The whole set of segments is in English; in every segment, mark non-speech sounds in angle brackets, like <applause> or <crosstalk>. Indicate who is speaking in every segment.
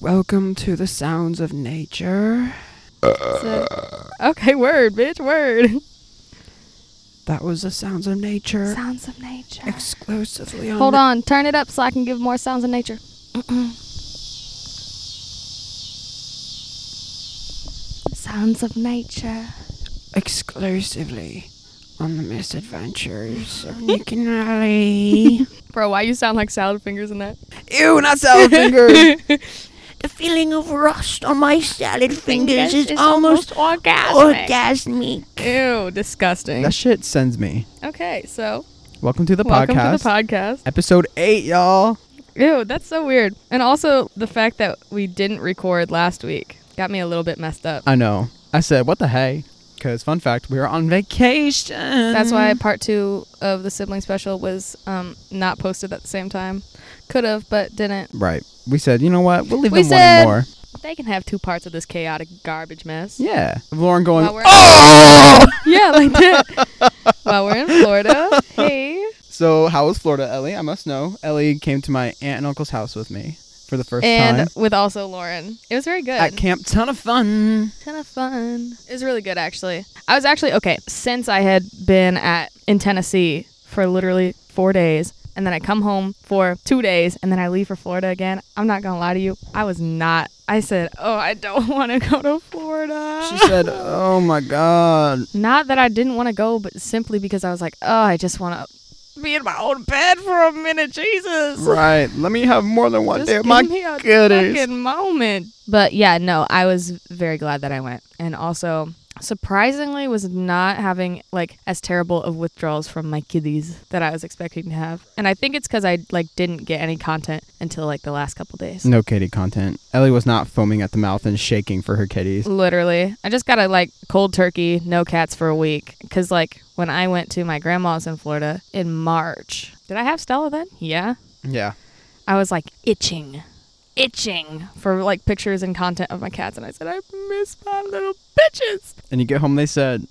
Speaker 1: Welcome to the sounds of nature.
Speaker 2: So- okay, word, bitch, word.
Speaker 1: That was the sounds of nature.
Speaker 2: <laughs> Sounds of nature.
Speaker 1: Exclusively on.
Speaker 2: Hold on, turn it up so I can give more sounds of nature. <clears throat> sounds of nature.
Speaker 1: Exclusively on the misadventures
Speaker 2: <laughs>
Speaker 1: of Nick and Riley.
Speaker 2: Bro, why you sound like salad fingers in that?
Speaker 1: Ew, not salad
Speaker 2: <laughs>
Speaker 1: fingers. the feeling of rust on my salad fingers is almost
Speaker 2: orgasmic.
Speaker 1: orgasmic.
Speaker 2: Ew, disgusting.
Speaker 3: That shit sends me.
Speaker 2: Okay, so
Speaker 3: Welcome to the
Speaker 2: welcome
Speaker 3: podcast.
Speaker 2: to the podcast.
Speaker 3: Episode eight, y'all.
Speaker 2: Ew, that's so weird. And also the fact that we didn't record last week got me a little bit messed up.
Speaker 3: I know. I said, what the hey? Because fun fact, we were on vacation.
Speaker 2: That's why part two of the sibling special was um, not posted at the same time. Could have, but didn't.
Speaker 3: Right. We said, you know what? We'll leave
Speaker 2: We
Speaker 3: them one
Speaker 2: said-
Speaker 3: more.
Speaker 2: They can have two parts of this chaotic garbage mess.
Speaker 3: Yeah. Lauren going.
Speaker 2: While we're Oh! yeah, like <laughs> that. While we're in Florida. Hey.
Speaker 3: So how was Florida, Ellie? I must know. Ellie came to my aunt and uncle's house with me for the first
Speaker 2: and
Speaker 3: time.
Speaker 2: with also Lauren. It was very good.
Speaker 3: At camp, ton of fun.
Speaker 2: kind of fun. It was really good, actually. I was actually okay since I had been at in Tennessee for literally four days, and then I come home for two days, and then I leave for Florida again. I'm not gonna lie to you, I was not. I said, "Oh, I don't <laughs> want to go to Florida."
Speaker 3: She said, "Oh my god."
Speaker 2: <laughs> not that I didn't want to go, but simply because I was like, "Oh, I just want to be in my own bed for a minute." Jesus.
Speaker 3: Right. Let me have more than one
Speaker 2: Just
Speaker 3: day. of
Speaker 2: give
Speaker 3: Oh, My
Speaker 2: me a
Speaker 3: goodies.
Speaker 2: fucking moment. But yeah, no, I was very glad that I went, and also surprisingly was not having like as terrible of withdrawals from my kiddies that I was expecting to have. And I think it's because I like didn't get any content until like the last couple days.
Speaker 3: No kitty content. Ellie was not foaming at the mouth and shaking for her kitties.
Speaker 2: Literally, I just got to like cold turkey, no cats for a week. Cause like when I went to my grandma's in Florida in March, did I have Stella then? Yeah.
Speaker 3: Yeah.
Speaker 2: I was like itching, itching for like pictures and content of my cats, and I said, I miss my little bitches.
Speaker 3: And you get home, they said,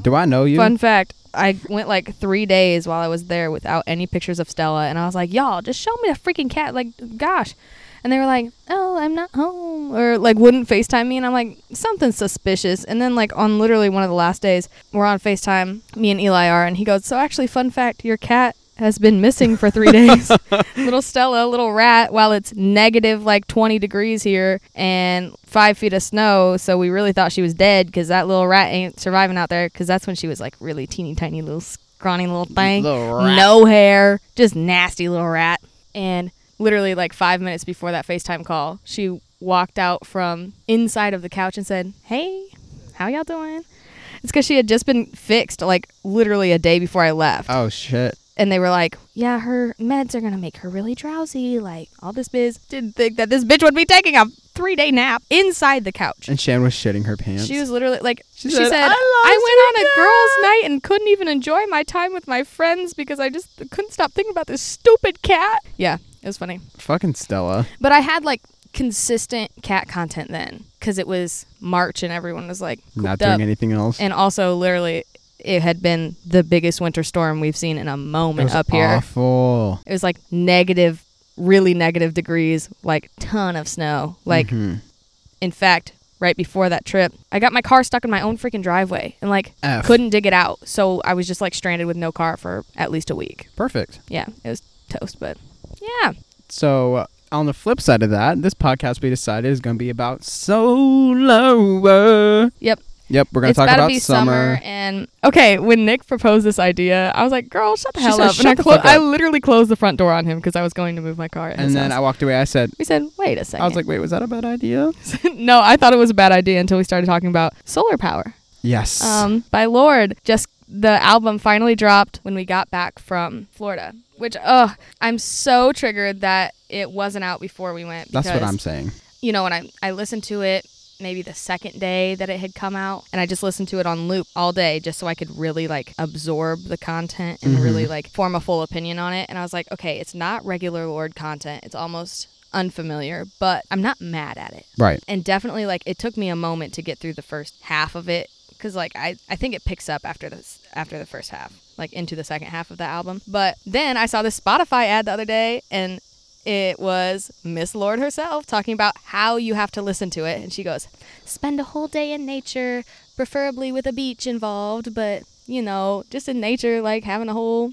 Speaker 3: "Do I know you?"
Speaker 2: Fun fact. I went like three days while I was there without any pictures of Stella, and I was like, "Y'all, just show me the freaking cat!" Like, gosh, and they were like, "Oh, I'm not home," or like wouldn't Facetime me, and I'm like, something suspicious. And then like on literally one of the last days, we're on Facetime, me and Eli are, and he goes, "So actually, fun fact, your cat has been missing for three <laughs> days." little Stella, little rat, while it's negative like 20 degrees here and five feet of snow. So we really thought she was dead because that little rat ain't surviving out there because that's when she was like really teeny tiny little scrawny little thing.
Speaker 3: Little rat.
Speaker 2: No hair, just nasty little rat. And literally like five minutes before that FaceTime call, she walked out from inside of the couch and said, Hey, how y'all doing? It's because she had just been fixed like literally a day before I left
Speaker 3: Oh shit.
Speaker 2: and they were like, "Yeah, her meds are gonna make her really drowsy, like all this biz." Didn't think that this bitch would be taking a three-day nap inside the couch.
Speaker 3: And Shan was shitting her pants.
Speaker 2: She was literally like,
Speaker 3: She
Speaker 2: she,
Speaker 3: said,
Speaker 2: said,
Speaker 3: "I
Speaker 2: "I,
Speaker 3: lost
Speaker 1: Oh,
Speaker 2: went on a girls' night and couldn't even enjoy my time with my friends because I just couldn't stop thinking about this stupid cat." Yeah, it was funny.
Speaker 3: fucking Stella.
Speaker 2: But I had like consistent cat content then because it was March and everyone was like
Speaker 3: Not
Speaker 2: cooped up.
Speaker 3: doing anything else.
Speaker 2: and also literally. It had been the biggest winter storm we've seen in a
Speaker 3: It
Speaker 2: moment
Speaker 3: was
Speaker 2: up here.
Speaker 3: Awful.
Speaker 2: It was like negative, really negative degrees, like ton of snow. Like,
Speaker 3: Mhm.
Speaker 2: in fact, right before that trip, I got my car stuck in my own freaking driveway and like
Speaker 3: F.
Speaker 2: couldn't dig it out. So I was just like stranded with no car for at least a week.
Speaker 3: Perfect.
Speaker 2: Yeah, it was toast, but yeah.
Speaker 3: So uh, on the flip side of that, this podcast we decided is going to be about solo.
Speaker 2: Yep.
Speaker 3: Yep, we're going to
Speaker 2: it's
Speaker 3: talk
Speaker 2: about to
Speaker 3: about
Speaker 2: be
Speaker 3: summer.
Speaker 2: and okay. When Nick proposed this idea, I was like, "Girl, shut the
Speaker 3: She
Speaker 2: hell
Speaker 3: said,
Speaker 2: up!"
Speaker 3: "Shut
Speaker 2: and I,
Speaker 3: the
Speaker 2: clo-
Speaker 3: fuck up."
Speaker 2: I literally closed the front door on him because I was going to move my car. at his
Speaker 3: And then
Speaker 2: house.
Speaker 3: I walked away. I said,
Speaker 2: we said, "Wait a second. <laughs>
Speaker 3: I was like, wait, was that a bad idea?
Speaker 2: "No, I thought it was a bad idea until we started talking about solar power."
Speaker 3: Yes.
Speaker 2: um, by Lord. Just the album finally dropped when we got back from Florida, which oh, I'm so triggered that it wasn't out before we went.
Speaker 3: That's what
Speaker 2: because,
Speaker 3: I'm saying.
Speaker 2: You know, when I I listened to it maybe the second day that it had come out and I just listened to it on loop all day just so I could really like absorb the content
Speaker 3: Mm-hmm.
Speaker 2: and really like form a full opinion on it and I was like okay it's not regular lord content it's almost unfamiliar but I'm not mad at it
Speaker 3: Right.
Speaker 2: and definitely like it took me a moment to get through the first half of it because like I, I think it picks up after this after the first half like into the second half of the album but then i saw this spotify ad the other day and it was Miss Lord herself talking about how you have to listen to it. And she goes, Spend a whole day in nature, preferably with a beach involved, but you know, just in nature, like having a whole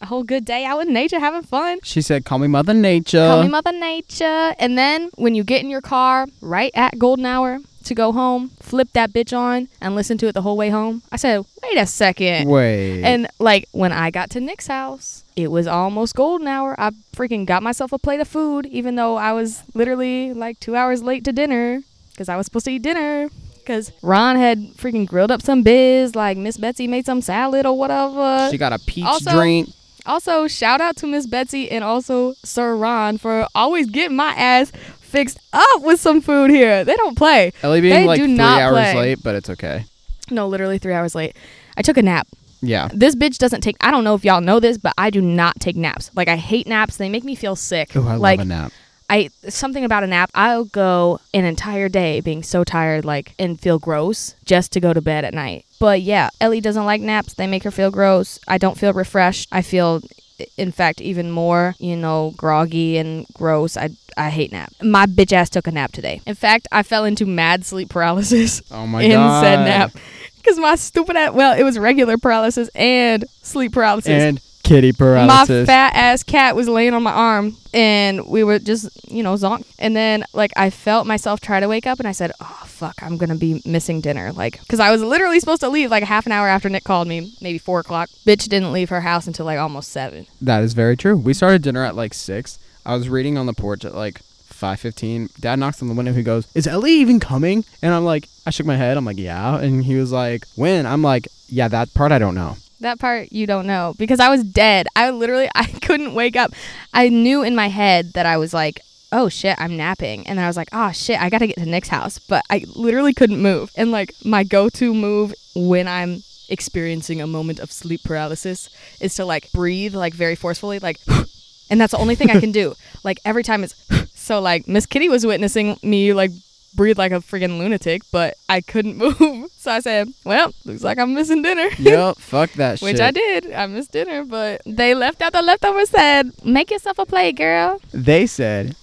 Speaker 2: a whole good day out in nature, having fun.
Speaker 3: She said, "Call me Mother Nature."
Speaker 2: Call me Mother Nature. And then when you get in your car right at golden hour to go home, flip that bitch on and listen to it the whole way home. I said, wait a second.
Speaker 3: Wait.
Speaker 2: And like when I got to Nick's house, it was almost golden hour. I freaking got myself a plate of food, even though I was literally like two hours late to dinner because I was supposed to eat dinner. Because Ron had freaking grilled up some biz, like Miss Betsy made some salad or whatever.
Speaker 3: she got a peach
Speaker 2: uh, also-
Speaker 3: drink.
Speaker 2: Also, shout out to Miss Betsy and also Sir Ron for always getting my ass fixed up with some food here. They don't play.
Speaker 3: Ellie being
Speaker 2: They
Speaker 3: like
Speaker 2: do
Speaker 3: three
Speaker 2: not
Speaker 3: hours
Speaker 2: play.
Speaker 3: late, but it's okay.
Speaker 2: No, literally three hours late. I took a nap.
Speaker 3: Yeah.
Speaker 2: This bitch doesn't take. I don't know if y'all know this, but I do not take naps. Like I hate naps. They make me feel sick.
Speaker 3: Oh, I
Speaker 2: like
Speaker 3: love a nap.
Speaker 2: I something about a nap. I'll go an entire day being so tired, like and feel gross just to go to bed at night. But yeah, Ellie doesn't like naps. They make her feel gross. I don't feel refreshed. I feel, i- in fact, even more you know groggy and gross. I I hate nap. My bitch ass took a nap today. In fact, I fell into mad sleep paralysis
Speaker 3: Oh <laughs> my
Speaker 2: in
Speaker 3: god.
Speaker 2: said nap because my stupid ass. Well, it was regular paralysis and sleep paralysis
Speaker 3: And kitty
Speaker 2: my
Speaker 3: paralysis.
Speaker 2: fat ass cat was laying on my arm and we were just you know zonk and then like i felt myself try to wake up and i said oh fuck i'm gonna be missing dinner like because i was literally supposed to leave like half an hour after nick called me maybe four o'clock bitch didn't leave her house until like almost seven
Speaker 3: that is very true. We started dinner at like six. I was reading on the porch at like five fifteen. Dad knocks on the window. He goes, "Is Ellie even coming?" And I'm like, I shook my head. I'm like, "Yeah." And he was like, "When?" I'm like, "Yeah, that part I don't <laughs> know."
Speaker 2: that part you don't know because i was dead i literally <laughs> i couldn't wake up i knew in my head that i was like oh shit i'm napping and then i was like oh shit i gotta get to nick's house but i literally couldn't move and like my go-to move when i'm experiencing a moment of sleep paralysis is to like breathe like very forcefully like <gasps> and that's the only thing i can do like every time it's <laughs> so like miss kitty was witnessing me like breathe like a freaking lunatic but i couldn't <laughs> move so i said well looks like i'm missing dinner
Speaker 3: yep. Fuck that shit.
Speaker 2: which I did. I missed dinner, but they left out the leftover said, Make yourself a plate, girl.
Speaker 3: They said,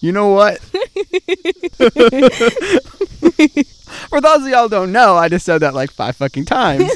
Speaker 3: "You know <laughs> what?" For those of y'all who don't know, I just said that like five fucking times.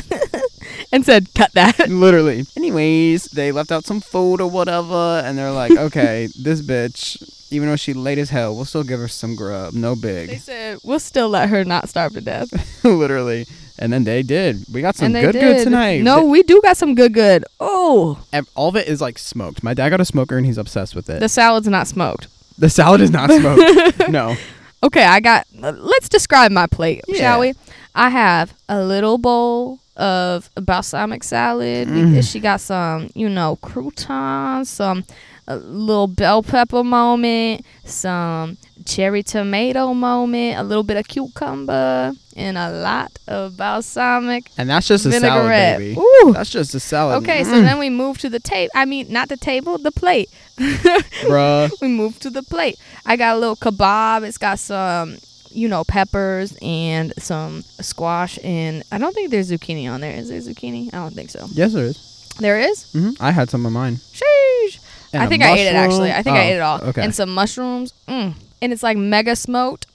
Speaker 2: And said, Cut
Speaker 3: <laughs>
Speaker 2: that.
Speaker 3: Literally. Anyways, they left out some food or whatever, and they're
Speaker 2: <laughs>
Speaker 3: like, okay, this bitch, even though she late as hell, we'll still give her some grub. No <laughs>
Speaker 2: They
Speaker 3: big.
Speaker 2: said, We'll still let her not starve to death.
Speaker 3: Literally. And then they did. We got some
Speaker 2: and they
Speaker 3: good
Speaker 2: did.
Speaker 3: good tonight.
Speaker 2: No, we do got some good good. Oh.
Speaker 3: Ev- All of it is like smoked. My dad got a smoker and he's obsessed with it.
Speaker 2: The salad's not smoked.
Speaker 3: the salad is
Speaker 2: <laughs>
Speaker 3: not smoked. no.
Speaker 2: Okay, I got uh, let's describe my plate,
Speaker 3: Yeah.
Speaker 2: shall we? I have a little bowl of balsamic salad. We- She got some, you know, croutons, some a little bell pepper moment, some cherry tomato moment, a little bit of cucumber, and a lot of balsamic
Speaker 3: And that's just a
Speaker 2: vinaigrette.
Speaker 3: salad, baby.
Speaker 2: Ooh.
Speaker 3: That's just a salad. Mm.
Speaker 2: Okay, so then we move to the table. I mean, not the table, the plate. <laughs>
Speaker 3: Bruh.
Speaker 2: we moved to the plate. I got a little kebab. It's got some, you know, peppers and some squash and I don't think there's zucchini on there. Is there zucchini? I don't think so.
Speaker 3: Yes, there is.
Speaker 2: There is.
Speaker 3: Mm-hmm. I had some of mine.
Speaker 2: Sheesh.
Speaker 3: And
Speaker 2: I
Speaker 3: a
Speaker 2: think I ate it actually.
Speaker 3: mushroom.
Speaker 2: I think I
Speaker 3: Oh,
Speaker 2: ate it all.
Speaker 3: okay.
Speaker 2: And some mushrooms. Mm. And it's like mega smoked.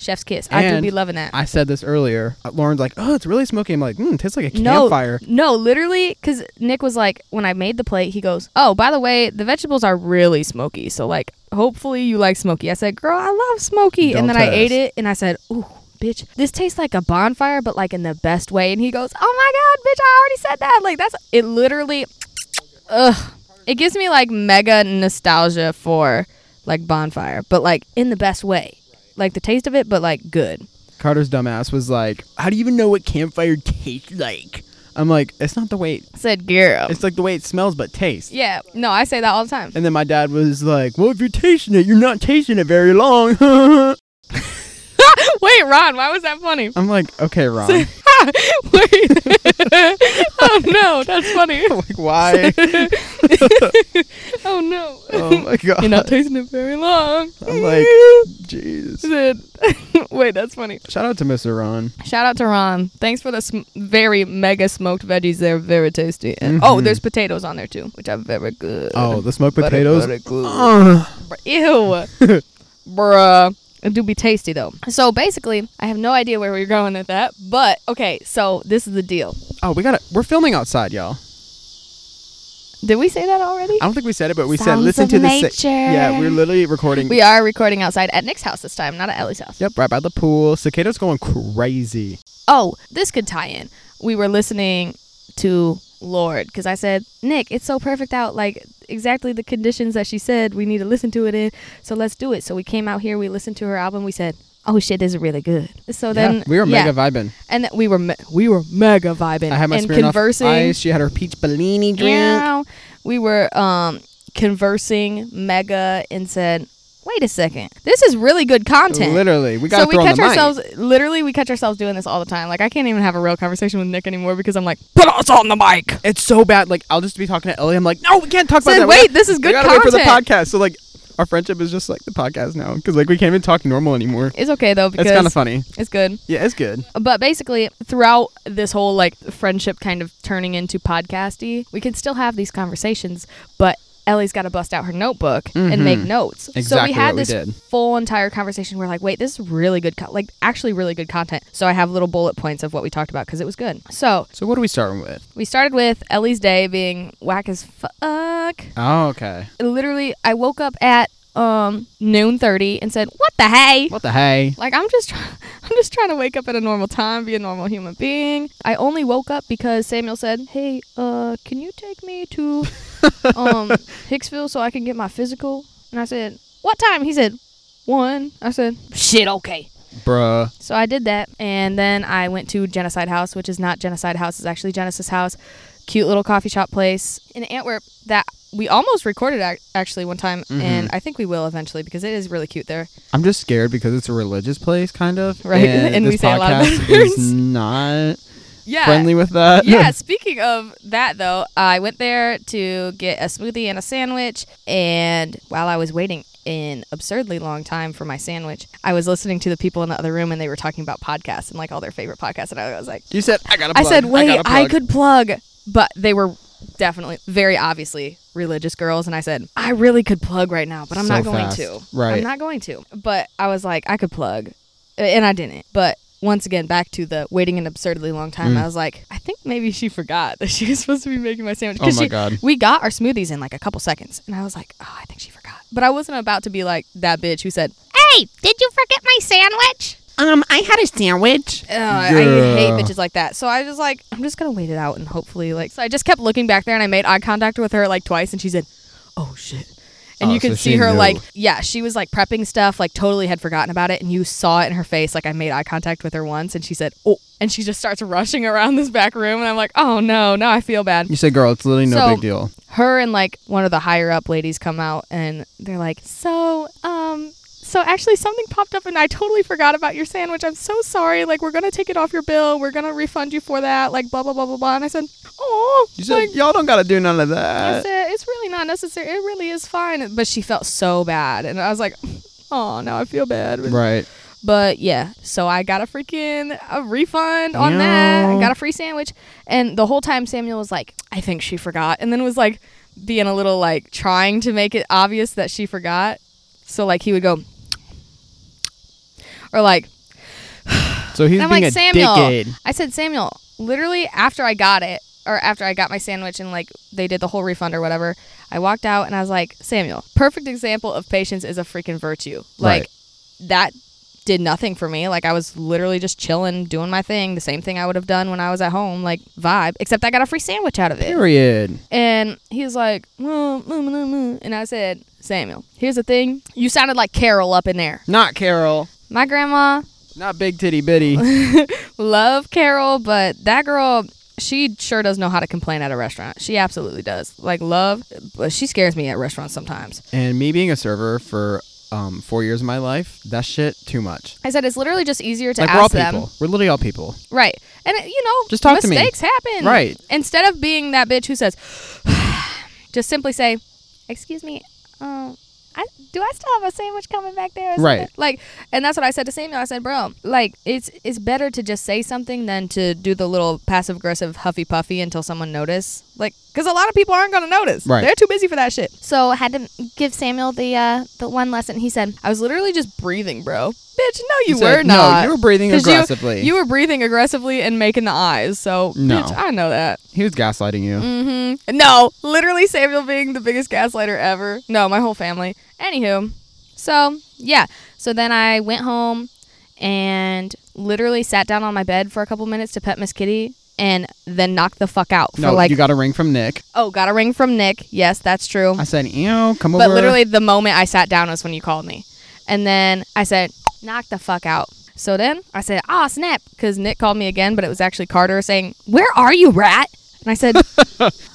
Speaker 2: Chef's kiss. I do
Speaker 3: And
Speaker 2: be loving that.
Speaker 3: I said this earlier. Uh, Lauren's like, oh, it's really smoky. I'm like, mm, tastes like a
Speaker 2: no,
Speaker 3: campfire.
Speaker 2: no, literally, because Nick was like, when I made the plate, he goes, "Oh, by the way, the vegetables are really smoky, so like, hopefully you like smoky." I said, "Girl, I love smoky,"
Speaker 3: Don't
Speaker 2: and then I
Speaker 3: test.
Speaker 2: ate it, and I said, "Ooh, bitch, this tastes like a bonfire, but like in the best way." And he goes, "Oh my god, bitch, I already said that." Like that's it, literally. Ugh, it gives me like mega nostalgia for like bonfire, but like in the best way, like the taste of it, but like good.
Speaker 3: Carter's dumbass was like, how do you even know what campfire tastes like? I'm like, it's not the way. It,
Speaker 2: I said, "Girl."
Speaker 3: it's like the way it smells, but taste.
Speaker 2: Yeah, no, I say that all the time.
Speaker 3: And then my dad was like, well, if you're tasting it, you're not tasting it very long. <laughs> I'm
Speaker 2: <laughs> Wait, Ron, why was that funny? <laughs>
Speaker 3: like, okay, Ron. <laughs>
Speaker 2: Wait. oh no, that's funny. <laughs>
Speaker 3: like, why?
Speaker 2: Oh no. <laughs>
Speaker 3: oh my god.
Speaker 2: You're not tasting it very long.
Speaker 3: I'm like, jeez.
Speaker 2: Is it- <laughs> Wait, that's funny.
Speaker 3: Shout out to Mr. Ron.
Speaker 2: Shout out to Ron. Thanks for the sm- very mega smoked veggies. They're very tasty. And oh,
Speaker 3: Mhm.
Speaker 2: there's potatoes on there too, which are very good.
Speaker 3: Oh, the smoked
Speaker 2: Butter,
Speaker 3: potatoes.
Speaker 2: butter, good.
Speaker 3: Ugh.
Speaker 2: Br-
Speaker 3: <laughs>
Speaker 2: Ew. Bruh. It do be tasty though. So basically, I have no idea where we are going with that. But okay, so this is the deal.
Speaker 3: oh, we gotta. We're filming outside, y'all.
Speaker 2: Did we say that already?
Speaker 3: I don't think we said it, but we said
Speaker 2: Sounds
Speaker 3: listen
Speaker 2: of
Speaker 3: to the. si-
Speaker 2: nature.
Speaker 3: yeah, we're literally recording.
Speaker 2: We are recording outside at Nick's house this time, not at Ellie's house.
Speaker 3: Yep, right by the pool. Cicadas going crazy.
Speaker 2: Oh, this could tie in. We were listening to Lord because I said, Nick, it's so perfect out. Like exactly the conditions that she said we need to listen to it in. So let's do it. So we came out here, we listened to her album, we said, Oh shit, this is really good. So
Speaker 3: yeah,
Speaker 2: then
Speaker 3: we were
Speaker 2: yeah.
Speaker 3: mega vibing.
Speaker 2: and that we were me- we were mega vibing
Speaker 3: I had my
Speaker 2: and
Speaker 3: Smirnoff
Speaker 2: conversing.
Speaker 3: ice. She had her peach Bellini drink.
Speaker 2: Yeah, we were um conversing mega and said, "Wait a second, this is really good content."
Speaker 3: Literally, we got
Speaker 2: so
Speaker 3: to
Speaker 2: we
Speaker 3: throw on
Speaker 2: catch
Speaker 3: the mic.
Speaker 2: ourselves literally we catch ourselves doing this all the time. Like I can't even have a real conversation with Nick anymore because I'm like, "Put us on the mic."
Speaker 3: It's so bad. Like I'll just be talking to Ellie. I'm like, no, we can't talk
Speaker 2: Said,
Speaker 3: about that.
Speaker 2: "Wait, this is
Speaker 3: we
Speaker 2: good
Speaker 3: gotta
Speaker 2: content."
Speaker 3: wait for the podcast. So like, our friendship is just like the podcast now because like we can't even talk normal anymore.
Speaker 2: It's okay though because
Speaker 3: It's kind of funny.
Speaker 2: it's good.
Speaker 3: Yeah, it's good.
Speaker 2: But basically, throughout this whole like friendship kind of turning into podcasty, we can still have these conversations, but Ellie's got to bust out her notebook and make
Speaker 3: Mhm.
Speaker 2: notes. so
Speaker 3: Exactly
Speaker 2: we had
Speaker 3: what we
Speaker 2: this
Speaker 3: did.
Speaker 2: full entire conversation. We're like, wait, this is really good, co- like actually really good content. So I have little bullet points of what we talked about because it was good. So
Speaker 3: So what are we starting with?
Speaker 2: we started with Ellie's day being whack as fuck.
Speaker 3: Oh, okay.
Speaker 2: Literally, I woke up at um noon thirty and said, what the hey?
Speaker 3: What the hey?
Speaker 2: Like I'm just try- <laughs> I'm just trying to wake up at a normal time, be a normal human being. I only woke up because Samuel said, "Hey, uh, can you take me to um Hicksville so I can get my physical?" And I said, "What time?" He said, "1." I said, "Shit, okay."
Speaker 3: Bruh.
Speaker 2: So I did that, and then I went to Genocide House, which is not Genocide House, it's actually Genesis House, cute little coffee shop place in Antwerp that we almost recorded ac- actually one time, and I think we will eventually because it is really cute there.
Speaker 3: I'm just scared because it's a religious place, kind of.
Speaker 2: Right, <laughs>
Speaker 3: And,
Speaker 2: and we
Speaker 3: this
Speaker 2: say a lot of
Speaker 3: podcast
Speaker 2: words.
Speaker 3: is not
Speaker 2: Yeah,
Speaker 3: friendly with that.
Speaker 2: yeah, speaking of that though, I went there to get a smoothie and a sandwich and while I was waiting an absurdly long time for my sandwich, I was listening to the people in the other room and they were talking about podcasts and like all their favorite podcasts and I was like
Speaker 3: <laughs> you said I gotta.
Speaker 2: I
Speaker 3: Plug.
Speaker 2: said, "Wait,
Speaker 3: gotta
Speaker 2: I,
Speaker 3: plug."
Speaker 2: could plug." But they were definitely very obviously religious girls and I said, "I really could plug right now, but I'm
Speaker 3: So
Speaker 2: not going
Speaker 3: fast.
Speaker 2: to."
Speaker 3: Right.
Speaker 2: I'm not going to. But I was like, I could plug, and I didn't. But once again, back to the waiting an absurdly long time.
Speaker 3: Mm.
Speaker 2: I was like, I think maybe she forgot that she was supposed to be making my sandwich.
Speaker 3: Oh
Speaker 2: 'Cause
Speaker 3: my
Speaker 2: she-
Speaker 3: God.
Speaker 2: We got our smoothies in like a couple seconds, and I was like, oh, I think she forgot. But I wasn't about to be like that bitch who said, Hey, did you forget my sandwich?
Speaker 1: Um, I had a sandwich.
Speaker 2: Ugh, Uh, I
Speaker 3: Yeah.
Speaker 2: hate bitches like that. So I was like, I'm just gonna wait it out and hopefully like. So I just kept looking back there and I made eye contact with her like twice and she said, "Oh shit," and
Speaker 3: Oh,
Speaker 2: you could
Speaker 3: so
Speaker 2: see
Speaker 3: she
Speaker 2: her
Speaker 3: knew.
Speaker 2: like, yeah, she was like prepping stuff, like totally had forgotten about it, and you saw it in her face. Like I made eye contact with her once and she said, "Oh," and she just starts rushing around this back room and I'm like, "Oh no, now I feel bad."
Speaker 3: You said, girl, it's literally no
Speaker 2: So-
Speaker 3: big deal.
Speaker 2: Her and like one of the higher up ladies come out and they're like, "So, um." So actually, something popped up, and I totally forgot about your sandwich. I'm so sorry. Like, we're gonna take it off your bill. We're gonna refund you for that. Like, blah blah blah blah blah. And I said, "Oh,
Speaker 3: You said
Speaker 2: like,
Speaker 3: y'all don't gotta do none of
Speaker 2: I
Speaker 3: that.
Speaker 2: said, it's really not necessary. It really is fine." But she felt so bad, and I was like, "Oh, now I feel bad."
Speaker 3: Right.
Speaker 2: But yeah, so I got a freaking a refund on that. I
Speaker 3: Yeah.
Speaker 2: got a free sandwich, and the whole time Samuel was like, "I think she forgot," and then was like being a little like trying to make it obvious that she forgot. So like he would go, or like,
Speaker 3: So he's
Speaker 2: and I'm
Speaker 3: being
Speaker 2: like
Speaker 3: a
Speaker 2: Samuel.
Speaker 3: dickhead.
Speaker 2: I said Samuel. Literally after I got it, or after I got my sandwich, and like they did the whole refund or whatever. I walked out and I was like, Samuel, perfect example of patience is a freaking virtue. Like
Speaker 3: Right.
Speaker 2: that did nothing for me. Like I was literally just chilling, doing my thing, the same thing I would have done when I was at home, like vibe. Except I got a free sandwich out of it.
Speaker 3: Period.
Speaker 2: And he was like, "Mm, mm, mm, mm." and I said, Samuel, here's the thing. You sounded like Carol up in there.
Speaker 3: Not Carol.
Speaker 2: My grandma
Speaker 3: Not big titty bitty.
Speaker 2: <laughs> love Carol, but that girl, she sure does know how to complain at a restaurant. She absolutely does. Like love, but she scares me at restaurants sometimes.
Speaker 3: And me being a server for um, four years of my life, that shit too much.
Speaker 2: I said it's literally just easier to
Speaker 3: like we're all
Speaker 2: ask them,
Speaker 3: people. We're literally all people.
Speaker 2: right? And it- you know,
Speaker 3: Just talk to me.
Speaker 2: mistakes happen,
Speaker 3: Right.
Speaker 2: Instead <sighs> of being that bitch who says, just simply say, "Excuse me, um, I do I still have a sandwich coming back there? or
Speaker 3: Right.
Speaker 2: something?" Like, and that's what I said to Samuel. I said, bro, like it's it's better to just say something than to do the little passive aggressive huffy puffy until someone notice. Like, because a lot of people aren't gonna notice.
Speaker 3: Right.
Speaker 2: They're too busy for that shit. So I had to give Samuel the uh the one lesson. He said, I was literally just breathing, bro. Bitch, no,
Speaker 3: He
Speaker 2: you were
Speaker 3: said,
Speaker 2: not.
Speaker 3: No, you were breathing
Speaker 2: 'Cause you-
Speaker 3: aggressively.
Speaker 2: You were breathing aggressively and making the eyes. So,
Speaker 3: No.
Speaker 2: bitch, I know that.
Speaker 3: he was gaslighting you.
Speaker 2: Mm-hmm. No, literally Samuel being the biggest gaslighter ever. No, my whole family. Anywho, so yeah. So then I went home and literally sat down on my bed for a couple minutes to pet Miss Kitty and then knocked the fuck out for
Speaker 3: No,
Speaker 2: like,
Speaker 3: you got a ring from Nick.
Speaker 2: oh, got a ring from Nick. Yes, that's true.
Speaker 3: I said, ew, come over.
Speaker 2: But literally, the moment I sat down was when you called me. And then I said, knock the fuck out. So then I said, ah, snap. Because Nick called me again, but it was actually Carter saying, where are you, rat? And I <laughs> said,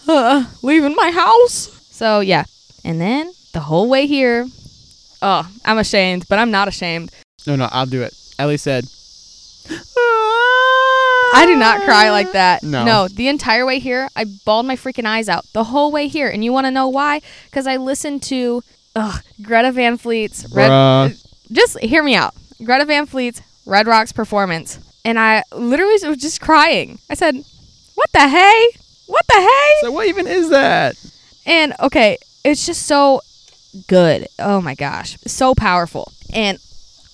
Speaker 2: uh, leaving my house. So yeah. And then the whole way here, oh, I'm ashamed, but I'm not ashamed.
Speaker 3: no, no, I'll do it. Ellie said,
Speaker 2: I do not cry like that.
Speaker 3: No.
Speaker 2: Uh, No, the entire way here, I bawled my freaking eyes out. The whole way here. And you want to know why? Because I listened to ugh, Greta Van Fleet's Red,
Speaker 3: Bruh.
Speaker 2: just hear me out. Greta Van Fleet's Red Rocks performance. And I literally was just crying. I said, What the hey? What the hey?
Speaker 3: so what even is that?
Speaker 2: and okay, it's just so good. Oh my gosh. So powerful. And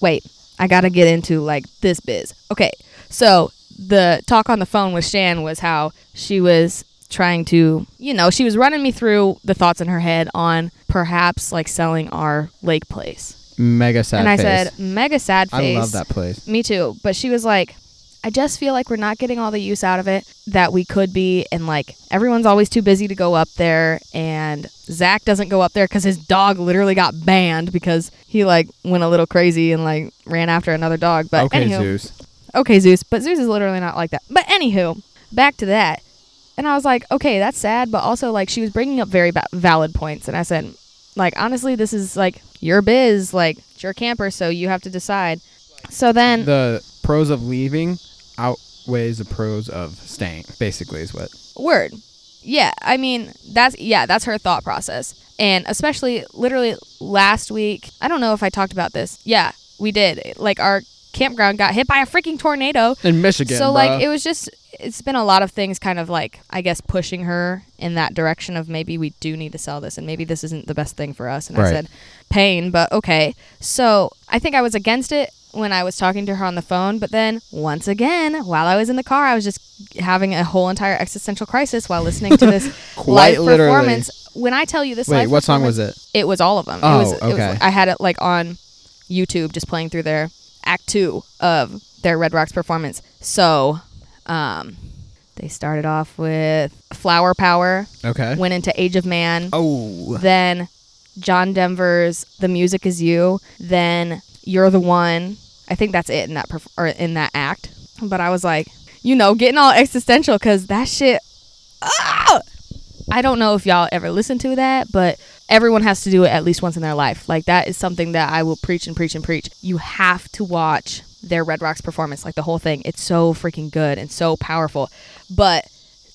Speaker 2: wait, I got to get into like this biz. Okay. So the talk on the phone with Shan was how she was trying to, you know, she was running me through the thoughts in her head on perhaps like selling our lake place
Speaker 3: Mega sad
Speaker 2: and I
Speaker 3: face.
Speaker 2: said, mega sad face.
Speaker 3: I love that place.
Speaker 2: Me too. But she was like, I just feel like we're not getting all the use out of it that we could be. And like, everyone's always too busy to go up there. And Zach doesn't go up there because his dog literally got banned because he like went a little crazy and like ran after another dog. But
Speaker 3: okay,
Speaker 2: anywho,
Speaker 3: Zeus.
Speaker 2: okay, Zeus, but Zeus is literally not like that. But anywho, back to that. And I was like, okay, that's sad, but also like she was bringing up very ba- valid points, and I said, like honestly, this is like your biz, like it's your camper, so you have to decide. So then,
Speaker 3: The pros of leaving outweighs the pros of staying. Basically, is what.
Speaker 2: word, yeah, I mean that's yeah, that's her thought process, and especially literally last week, I don't know if I talked about this. Yeah, we did. Like our campground got hit by a freaking tornado,
Speaker 3: In Michigan.
Speaker 2: So
Speaker 3: bruh.
Speaker 2: like it was just it's been a lot of things kind of like I guess pushing her in that direction of maybe we do need to sell this and maybe this isn't the best thing for us and I
Speaker 3: Right.
Speaker 2: said pain but okay. So I think I was against it when I was talking to her on the phone but then once again while I was in the car I was just having a whole entire existential crisis while listening to this
Speaker 3: <laughs> Quite
Speaker 2: live
Speaker 3: literally.
Speaker 2: performance. When I tell you this
Speaker 3: Wait,
Speaker 2: live
Speaker 3: what song
Speaker 2: performance-
Speaker 3: was it?
Speaker 2: it was all of them.
Speaker 3: Oh,
Speaker 2: it was, It
Speaker 3: okay.
Speaker 2: was, I had it like on YouTube, just playing through their act two of their Red Rocks performance. So, um, they started off with Flower Power,
Speaker 3: Okay.
Speaker 2: went into Age of Man,
Speaker 3: Eh? oh.
Speaker 2: then John Denver's The Music Is You, then You're the One. I think that's it in that perf- or in that act. But I was like, you know, getting all existential because that shit. Ah! I don't know if y'all ever listen to that, but everyone has to do it at least once in their life. Like that is something that I will preach and preach and preach. You have to watch their Red Rocks performance, like the whole thing. It's so freaking good and so powerful. But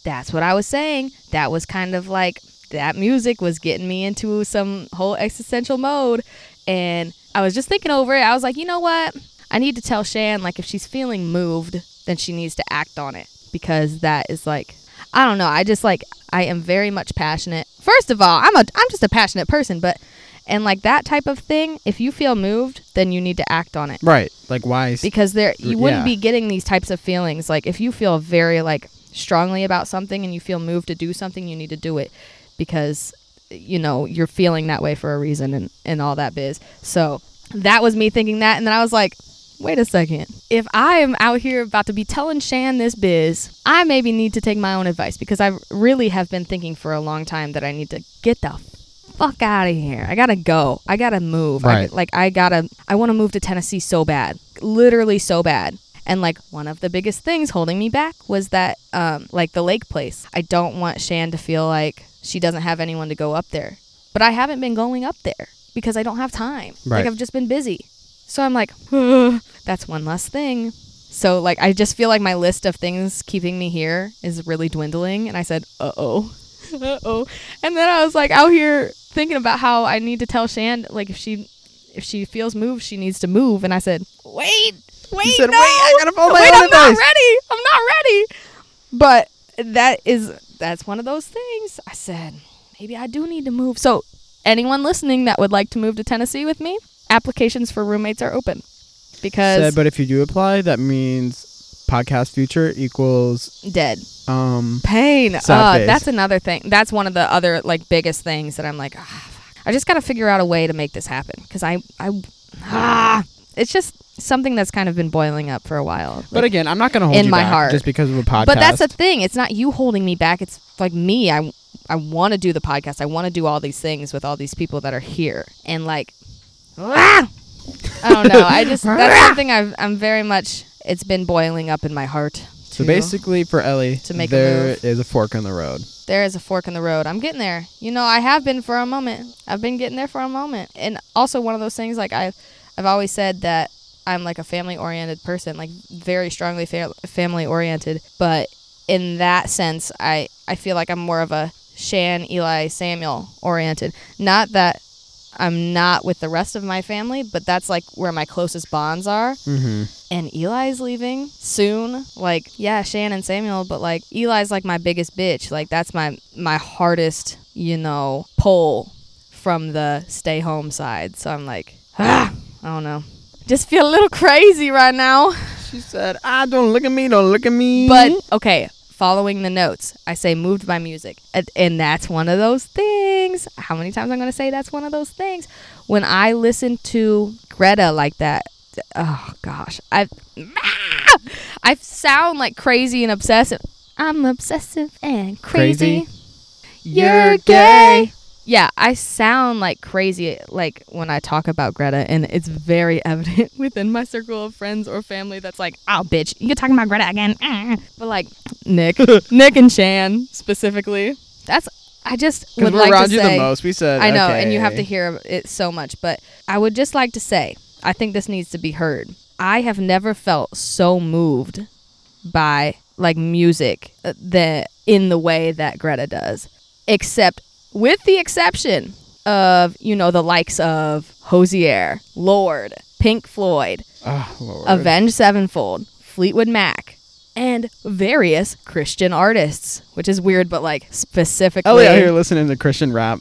Speaker 2: that's what I was saying. That was kind of like that music was getting me into some whole existential mode. And I was just thinking over it. I was like, you know what? I need to tell Shan, like, if she's feeling moved, then she needs to act on it because that is like, I don't know. I just like, I am very much passionate. First of all, I'm a, I'm just a passionate person, but, and like that type of thing, if you feel moved, then you need to act on it
Speaker 3: Right. Like why? is-
Speaker 2: because there
Speaker 3: Yeah.
Speaker 2: you wouldn't be getting these types of feelings like if you feel very like strongly about something and you feel moved to do something you need to do it because you know you're feeling that way for a reason and and all that biz so that was me thinking that and then i was like wait a second if i am out here about to be telling shan this biz i maybe need to take my own advice because i really have been thinking for a long time that i need to get the fuck out of here i gotta go i gotta move I-
Speaker 3: Right.
Speaker 2: like i gotta i want to move to tennessee so bad literally so bad and like one of the biggest things holding me back was that um like the lake place i don't want shan to feel like she doesn't have anyone to go up there but i haven't been going up there because i don't have time like
Speaker 3: Right.
Speaker 2: i've just been busy so i'm like "Ugh, that's one less thing so like i just feel like my list of things keeping me <laughs> here is really dwindling and i said uh-oh uh-oh and then i was like out here thinking about how I need to tell Shan like if she if she feels moved, she needs to move. And I said, wait, wait,
Speaker 3: said, "Wait,
Speaker 2: no,
Speaker 3: I gotta follow my
Speaker 2: Wait,
Speaker 3: own
Speaker 2: I'm not
Speaker 3: advice."
Speaker 2: ready. I'm not ready. But that is that's one of those things. I said maybe I do need to move. So anyone listening that would like to move to Tennessee with me, applications for roommates are open
Speaker 3: Said,
Speaker 2: because
Speaker 3: but if you do apply, that means podcast future equals
Speaker 2: dead.
Speaker 3: um
Speaker 2: pain.
Speaker 3: Sad
Speaker 2: Uh,
Speaker 3: face.
Speaker 2: that's another thing. That's one of the other like biggest things that I'm like, ah, fuck. I just got to figure out a way to make this happen because I, I, ah, it's just something that's kind of been boiling up for a while.
Speaker 3: But
Speaker 2: Like,
Speaker 3: again, I'm not gonna hold
Speaker 2: in
Speaker 3: you
Speaker 2: my
Speaker 3: back
Speaker 2: heart.
Speaker 3: just because of a podcast.
Speaker 2: but that's the thing. It's not you holding me back. It's like me. I, I want to do the podcast. I want to do all these things with all these people that are here and like, ah, I don't know. I just
Speaker 3: <laughs>
Speaker 2: that's something I've, I'm very much. It's been boiling up in my heart.
Speaker 3: so
Speaker 2: to-
Speaker 3: basically for Ellie,
Speaker 2: to make a
Speaker 3: there
Speaker 2: move.
Speaker 3: is a fork in the road.
Speaker 2: there is a fork in the road. I'm getting there. You know, I have been for a moment. I've been getting there for a moment. And also one of those things like I have I've always said that I'm like a family-oriented person, like very strongly fa- family-oriented, but in that sense, I I feel like I'm more of a Shan, Eli, Samuel oriented. Not that I'm not with the rest of my family, but that's like where my closest bonds are
Speaker 3: Mm-hmm.
Speaker 2: and Eli's leaving soon. Like, yeah, Shan and Samuel, but like Eli's like my biggest bitch. Like that's my my hardest, you know, pull from the stay home side. So I'm like, ah, I don't know. Just feel a little crazy right now.
Speaker 3: She said, "Ah, don't look at me, don't look at me."
Speaker 2: But okay, following the notes, I say moved by music. And, and that's one of those things. How many times I'm going to say that's one of those things? When I listen to Greta like that, oh gosh, I I sound like crazy and obsessive. I'm obsessive and
Speaker 3: Crazy.
Speaker 2: crazy. You're gay. Yeah, I sound like crazy like when I talk about Greta and it's very <laughs> evident within my circle of friends or family that's like, "Oh bitch, you're talking about Greta again." Ah." But like
Speaker 3: <laughs>
Speaker 2: Nick, Nick and Shan specifically. That's I just
Speaker 3: Because
Speaker 2: would
Speaker 3: we're
Speaker 2: like
Speaker 3: around
Speaker 2: to
Speaker 3: you
Speaker 2: say
Speaker 3: the most. We said,
Speaker 2: I know, and you have to
Speaker 3: "Okay."
Speaker 2: hear it so much, but I would just like to say, I think this needs to be heard. I have never felt so moved by like music uh, that in the way that Greta does, except with the exception of you know the likes of Hosier, Lord, Pink Floyd,
Speaker 3: Oh, Lord.
Speaker 2: Avenged Sevenfold, Fleetwood Mac, and various Christian artists, which is weird, but like specifically
Speaker 3: Ellie out here Oh, listening to Christian rap.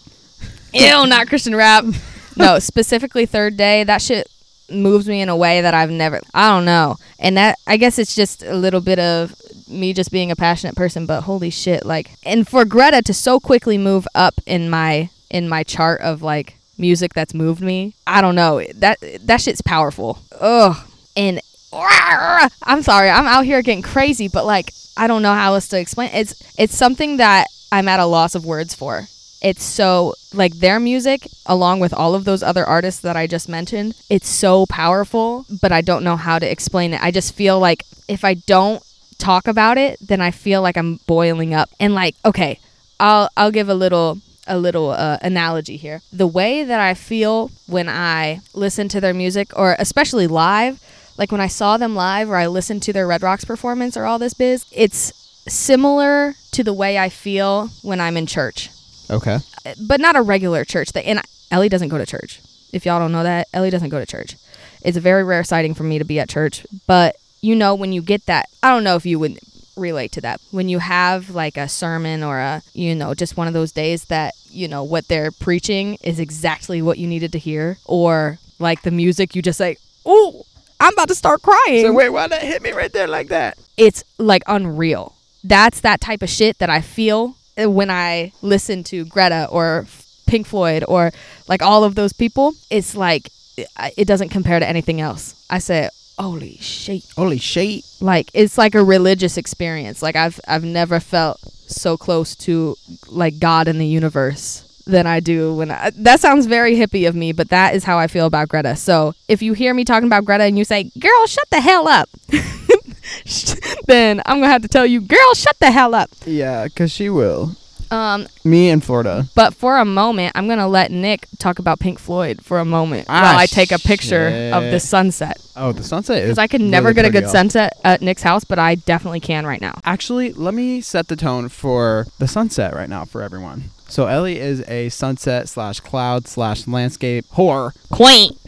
Speaker 2: Ew, not Christian rap. <laughs> No, specifically third day. That shit moves me in a way that I've never. I don't know. And that I guess it's just a little bit of me just being a passionate person. But holy shit, like, and for Greta to so quickly move up in my in my chart of like music that's moved me. I don't know. That that shit's powerful. Ugh. And <laughs> I'm sorry, I'm out here getting crazy, but like I don't know how else to explain. It's it's something that I'm at a loss of words for. It's so like their music, along with all of those other artists that I just mentioned, it's so powerful, but I don't know how to explain it. I just feel like if I don't talk about it, then I feel like I'm boiling up. And like, okay, I'll I'll give a little a little uh, analogy here. The way that I feel when I listen to their music, or especially live, like when I saw them live, or I listened to their Red Rocks performance, or all this biz, it's similar to the way I feel when I'm in church
Speaker 3: Okay.
Speaker 2: but not a regular church. That and Ellie doesn't go to church. If y'all don't know that, Ellie doesn't go to church. It's a very rare sighting for me to be at church. But you know, when you get that, I don't know if you would relate to that. When you have like a sermon or a, you know, just one of those days that, you know, what they're preaching is exactly what you needed to hear, or like the music, you just say, oh, I'm about to start crying
Speaker 3: So wait, why that hit me right there like that?
Speaker 2: it's like unreal. That's that type of shit that I feel when I listen to Greta or Pink Floyd or like all of those people. It's like it- it doesn't compare to anything else. I say, holy shit!
Speaker 3: Holy shit!
Speaker 2: Like it's like a religious experience. Like I've I've never felt so close to like God and the universe than I do when I, that sounds very hippie of me, but that is how I feel about Greta. So if you hear me talking about Greta and you say, "Girl, shut the hell up," <laughs> then I'm gonna have to tell you, "Girl, shut the hell up."
Speaker 3: Yeah, cause she will.
Speaker 2: Um,
Speaker 3: Me in Florida.
Speaker 2: but for a moment, I'm gonna let Nick talk about Pink Floyd for a moment
Speaker 3: Ah,
Speaker 2: while I take a picture of
Speaker 3: shit.
Speaker 2: the sunset
Speaker 3: Oh, the sunset is.
Speaker 2: because I can
Speaker 3: really
Speaker 2: never get a
Speaker 3: pretty
Speaker 2: good
Speaker 3: off.
Speaker 2: sunset at Nick's house, but I definitely can right now.
Speaker 3: Actually, let me set the tone for the sunset right now for everyone. So Ellie is a sunset slash cloud slash landscape whore,
Speaker 1: Quaint.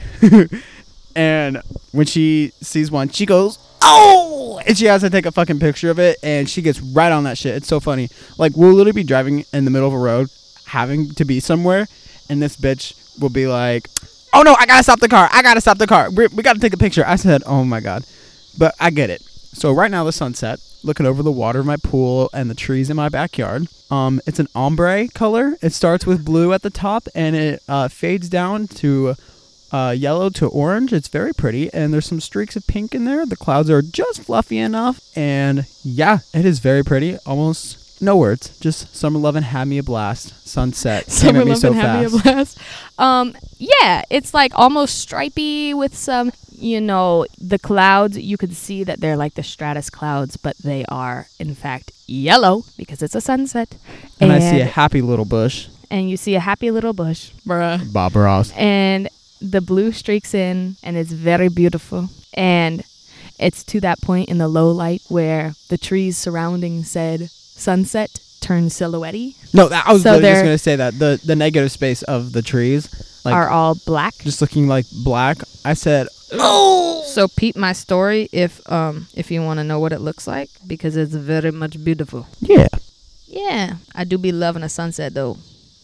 Speaker 3: <laughs> and when she sees one, she goes, "Oh!" and she has to take a fucking picture of it, and she gets right on that shit. It's so funny. Like we'll literally be driving in the middle of a road, having to be somewhere, and this bitch will be like, "Oh no, I gotta stop the car! I gotta stop the car! We're, we gotta take a picture!" I said, "Oh my god," but I get it. So right now, the sunset, looking over the water of my pool and the trees in my backyard. Um, it's an ombre color. It starts with blue at the top, and it uh, fades down to uh, yellow to orange. It's very pretty, and there's some streaks of pink in there. The clouds are just fluffy enough, and yeah, it is very pretty. Almost no words, just summer lovin' had me a blast. Sunset came
Speaker 2: <laughs> Summer
Speaker 3: at me
Speaker 2: Love
Speaker 3: so
Speaker 2: and Happy
Speaker 3: fast.
Speaker 2: a Blast. Um, yeah, it's like almost stripy with some, you know, the clouds. You could see that they're like the stratus clouds, but they are in fact yellow because it's a sunset.
Speaker 3: and I see a happy little bush,
Speaker 2: and you see a happy little bush, bruh.
Speaker 3: Bob Ross.
Speaker 2: And the blue streaks in, and it's very beautiful. And it's to that point in the low light where the trees surrounding said sunset turn silhouette
Speaker 3: No, that, I was
Speaker 2: So
Speaker 3: literally just
Speaker 2: they're-
Speaker 3: gonna say that the the negative space of the trees, like
Speaker 2: are all black.
Speaker 3: just looking like black. I said,
Speaker 2: So peep my story if um if you want to know what it looks like because it's very much beautiful.
Speaker 3: yeah.
Speaker 2: Yeah, I do be loving a sunset though,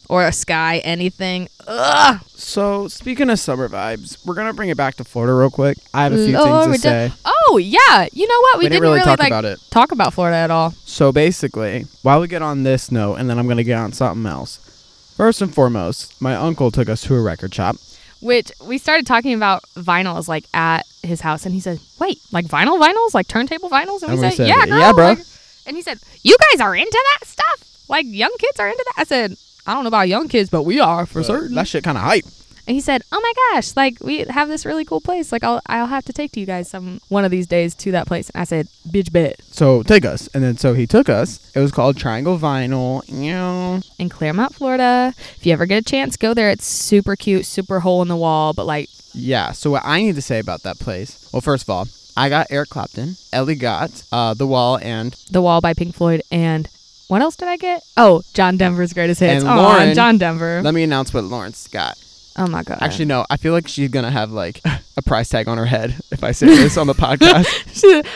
Speaker 2: or a sky, anything. Ugh.
Speaker 3: So speaking of summer vibes, we're gonna bring it back to Florida real quick. I have a few
Speaker 2: Lord,
Speaker 3: things to
Speaker 2: da-
Speaker 3: say.
Speaker 2: Mm, Oh yeah, you know what? We,
Speaker 3: We didn't really talk
Speaker 2: like,
Speaker 3: about it.
Speaker 2: Talk about Florida at all?
Speaker 3: So basically, while we get on this note, and then I'm gonna get on something else. First and foremost, my uncle took us to a record shop.
Speaker 2: Which we started talking about vinyls like at his house, and he said, "Wait, like vinyl vinyls, like turntable vinyls?" And,
Speaker 3: And
Speaker 2: we,
Speaker 3: we
Speaker 2: said,
Speaker 3: said,
Speaker 2: "Yeah, girl,
Speaker 3: "Yeah, bro."
Speaker 2: like- and he said, "You guys are into that stuff? Like young kids are into that?" I said, "I don't know about young kids, but we are for certain."
Speaker 3: Uh, That shit kind of hype.
Speaker 2: And he said, "Oh my gosh, like we have this really cool place. Like I'll I'll have to take to you guys some one of these days to that place." And I said, "Bitch, bet."
Speaker 3: So take us, and then so he took us. It was called Triangle Vinyl. Yeah.
Speaker 2: In Claremont, Florida. If you ever get a chance, go there. It's super cute, super hole in the wall, but like
Speaker 3: Yeah. So what I need to say about that place? Well, first of all, I got Eric Clapton. Ellie got uh, The Wall and
Speaker 2: The Wall by Pink Floyd and what else did I get? Oh, John Denver's greatest hits.
Speaker 3: And
Speaker 2: Aw,
Speaker 3: Lauren-
Speaker 2: John Denver.
Speaker 3: Let me announce what Lawrence got.
Speaker 2: oh my god.
Speaker 3: Actually, no. I feel like she's gonna have like a price tag on her head if I say this
Speaker 2: <laughs>
Speaker 3: on the podcast.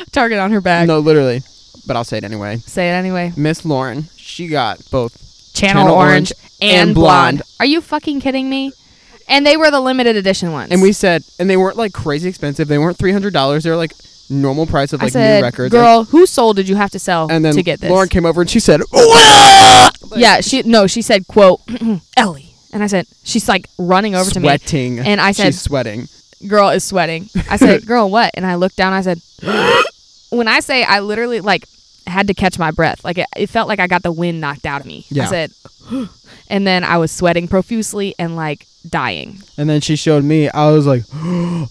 Speaker 2: <laughs> target on her back.
Speaker 3: no, literally. But I'll say it anyway.
Speaker 2: Say it anyway.
Speaker 3: Miss Lauren, she got both.
Speaker 2: Channel,
Speaker 3: Channel
Speaker 2: Orange,
Speaker 3: Orange
Speaker 2: and,
Speaker 3: and
Speaker 2: Blonde.
Speaker 3: Blonde.
Speaker 2: Are you fucking kidding me? And they were the limited edition ones.
Speaker 3: And we said, and they weren't like crazy expensive. They weren't three hundred dollars. They were like normal price of
Speaker 2: I
Speaker 3: like
Speaker 2: said,
Speaker 3: new records.
Speaker 2: girl, whose soul did you have to sell
Speaker 3: and then
Speaker 2: to get this?
Speaker 3: Lauren came over and she said, "Wah!"
Speaker 2: yeah, she no, she said, "quote <clears throat> Ellie," and I said, "She's like running over to
Speaker 3: sweating.
Speaker 2: And I said-
Speaker 3: she's sweating.
Speaker 2: me." Girl is sweating. I
Speaker 3: <laughs>
Speaker 2: said, "Girl, what?" And I looked down. I said, <gasps> "When I say I literally like had to catch my breath, like it, it felt like I got the wind knocked out of me." I
Speaker 3: Yeah.
Speaker 2: said, <gasps> and then I was sweating profusely and like dying,
Speaker 3: And then she showed me. I was like,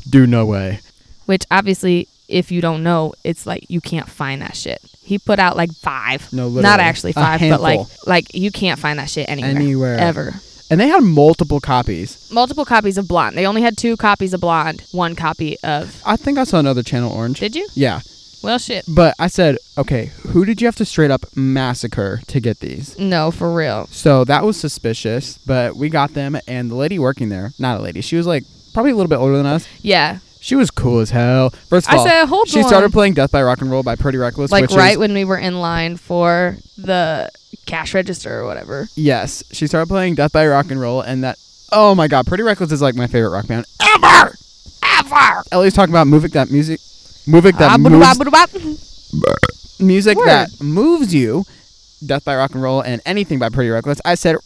Speaker 3: <gasps> "Do no way."
Speaker 2: which obviously, if you don't know, it's like you can't find that shit. He put out like five,
Speaker 3: No,
Speaker 2: not
Speaker 3: literally.
Speaker 2: actually
Speaker 3: A
Speaker 2: five, but like
Speaker 3: handful.
Speaker 2: like you can't find that shit anywhere,
Speaker 3: Anywhere.
Speaker 2: ever.
Speaker 3: And they had multiple copies.
Speaker 2: multiple copies of Blonde. They only had two copies of Blonde, one copy of.
Speaker 3: I think I saw another Channel Orange.
Speaker 2: Did you?
Speaker 3: yeah,
Speaker 2: Well, shit.
Speaker 3: but I said, "Okay, who did you have to straight up massacre to get these?"
Speaker 2: No, for real.
Speaker 3: So that was suspicious, but we got them, and the lady working there, not a lady, she was like probably a little bit older than us.
Speaker 2: Yeah,
Speaker 3: She was cool as hell. First of
Speaker 2: I
Speaker 3: all,
Speaker 2: said, "Hold
Speaker 3: she
Speaker 2: on."
Speaker 3: started playing Death by Rock and Roll by Pretty Reckless.
Speaker 2: like
Speaker 3: which
Speaker 2: right
Speaker 3: Is,
Speaker 2: when we were in line for the cash register or whatever.
Speaker 3: yes, she started playing Death by Rock and Roll, and that. Oh my God, Pretty Reckless is like my favorite rock band.
Speaker 1: Ever. Ever.
Speaker 3: Ellie's talking about music that music, music
Speaker 2: Ah,
Speaker 3: that
Speaker 2: boo-da-bop,
Speaker 3: moves,
Speaker 2: boo-da-bop.
Speaker 3: music
Speaker 2: Word.
Speaker 3: that moves you. Death by Rock and Roll and anything by Pretty Reckless. I said,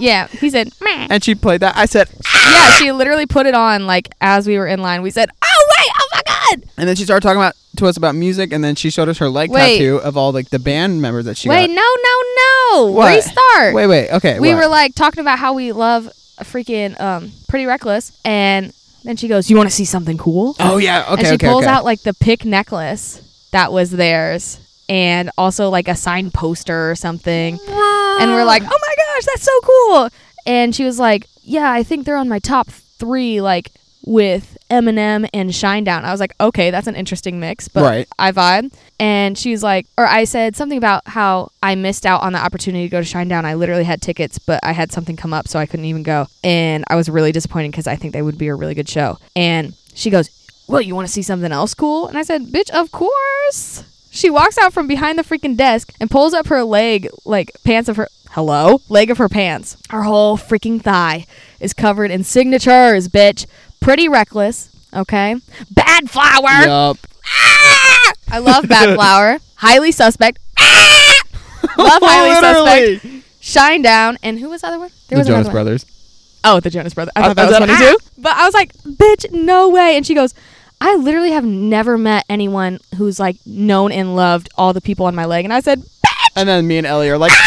Speaker 2: Yeah, he said. "Meh."
Speaker 3: and she played that. I said,
Speaker 2: Yeah, she literally put it on like as we were in line. We said, "Oh wait, oh my god,
Speaker 3: And then she started talking about to us about music, and then she showed us her leg
Speaker 2: Wait.
Speaker 3: tattoo of all like the band members that she
Speaker 2: wait,
Speaker 3: got.
Speaker 2: no, no, no,
Speaker 3: What?
Speaker 2: restart."
Speaker 3: Wait, wait, okay.
Speaker 2: we
Speaker 3: what?
Speaker 2: were like talking about how we love freaking um pretty reckless and then she goes you want to see something cool
Speaker 3: oh yeah, okay,
Speaker 2: and she
Speaker 3: okay,
Speaker 2: pulls
Speaker 3: okay.
Speaker 2: out like the pick necklace that was theirs and also like a signed poster or something and we're
Speaker 3: Ah.
Speaker 2: like oh my gosh that's so cool and she was like yeah i think they're on my top three like with Eminem and Shinedown. I was like, okay, that's an interesting mix, but
Speaker 3: Right.
Speaker 2: I vibe. And she's like, or I said something about how I missed out on the opportunity to go to Shinedown. I literally had tickets, but I had something come up, so I couldn't even go. And I was really disappointed because I think they would be a really good show. And she goes, well, you want to see something else cool? And I said, bitch, of course. She walks out from behind the freaking desk and pulls up her leg, like pants of her, hello, leg of her pants. Her whole freaking thigh is covered in signatures, bitch. Pretty reckless, okay? Bad flower.
Speaker 3: Yup.
Speaker 2: Ah! I love Bad <laughs> Flower. Highly suspect. Ah! <laughs> Love Highly Suspect.
Speaker 3: Literally.
Speaker 2: Shine Down. And who was the other one? There
Speaker 3: The
Speaker 2: was another
Speaker 3: Jonas
Speaker 2: one.
Speaker 3: Brothers.
Speaker 2: Oh, the Jonas Brothers. I
Speaker 3: I-
Speaker 2: thought that
Speaker 3: I
Speaker 2: was
Speaker 3: thought-
Speaker 2: funny too. But I was like, bitch, no way. And she goes, I literally have never met anyone who's like known and loved all the people on my leg. And I said, bitch.
Speaker 3: And then me and Ellie are like, <laughs>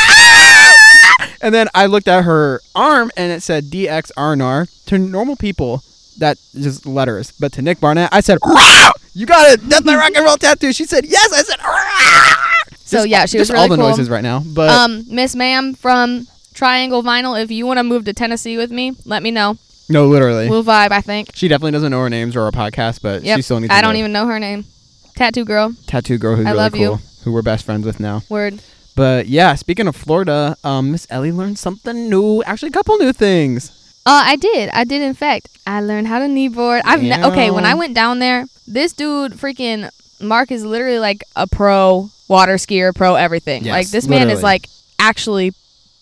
Speaker 3: and then I looked at her arm and it said DXRNR. To normal people, that just letters. But to Nick Barnett, I said, "Rah! you got it. That's my rock and roll tattoo. She said, yes. I said, "Rah!"
Speaker 2: So
Speaker 3: Just-
Speaker 2: yeah, she was
Speaker 3: just
Speaker 2: really
Speaker 3: all the
Speaker 2: cool.
Speaker 3: noises right now. But
Speaker 2: Um, Miss Ma'am from Triangle Vinyl, if you want to move to Tennessee with me, let me know.
Speaker 3: no, literally.
Speaker 2: We'll vibe, I think.
Speaker 3: she definitely doesn't know our names or our podcast, but
Speaker 2: Yep.
Speaker 3: Eh. she still needs
Speaker 2: I
Speaker 3: to
Speaker 2: don't
Speaker 3: know.
Speaker 2: even know her name. Tattoo girl.
Speaker 3: tattoo girl who's
Speaker 2: I
Speaker 3: really
Speaker 2: love you.
Speaker 3: cool, who we're best friends with now.
Speaker 2: Word.
Speaker 3: But yeah, speaking of Florida, um, Miss Ellie learned something new. Actually, a couple new things.
Speaker 2: Uh, I did. I did. In fact, I learned how to kneeboard. I've ne- okay. When I
Speaker 3: Damn.
Speaker 2: went down there, this dude, freaking Mark, is literally like a pro water skier, pro everything.
Speaker 3: Yes,
Speaker 2: like this man
Speaker 3: literally.
Speaker 2: is like actually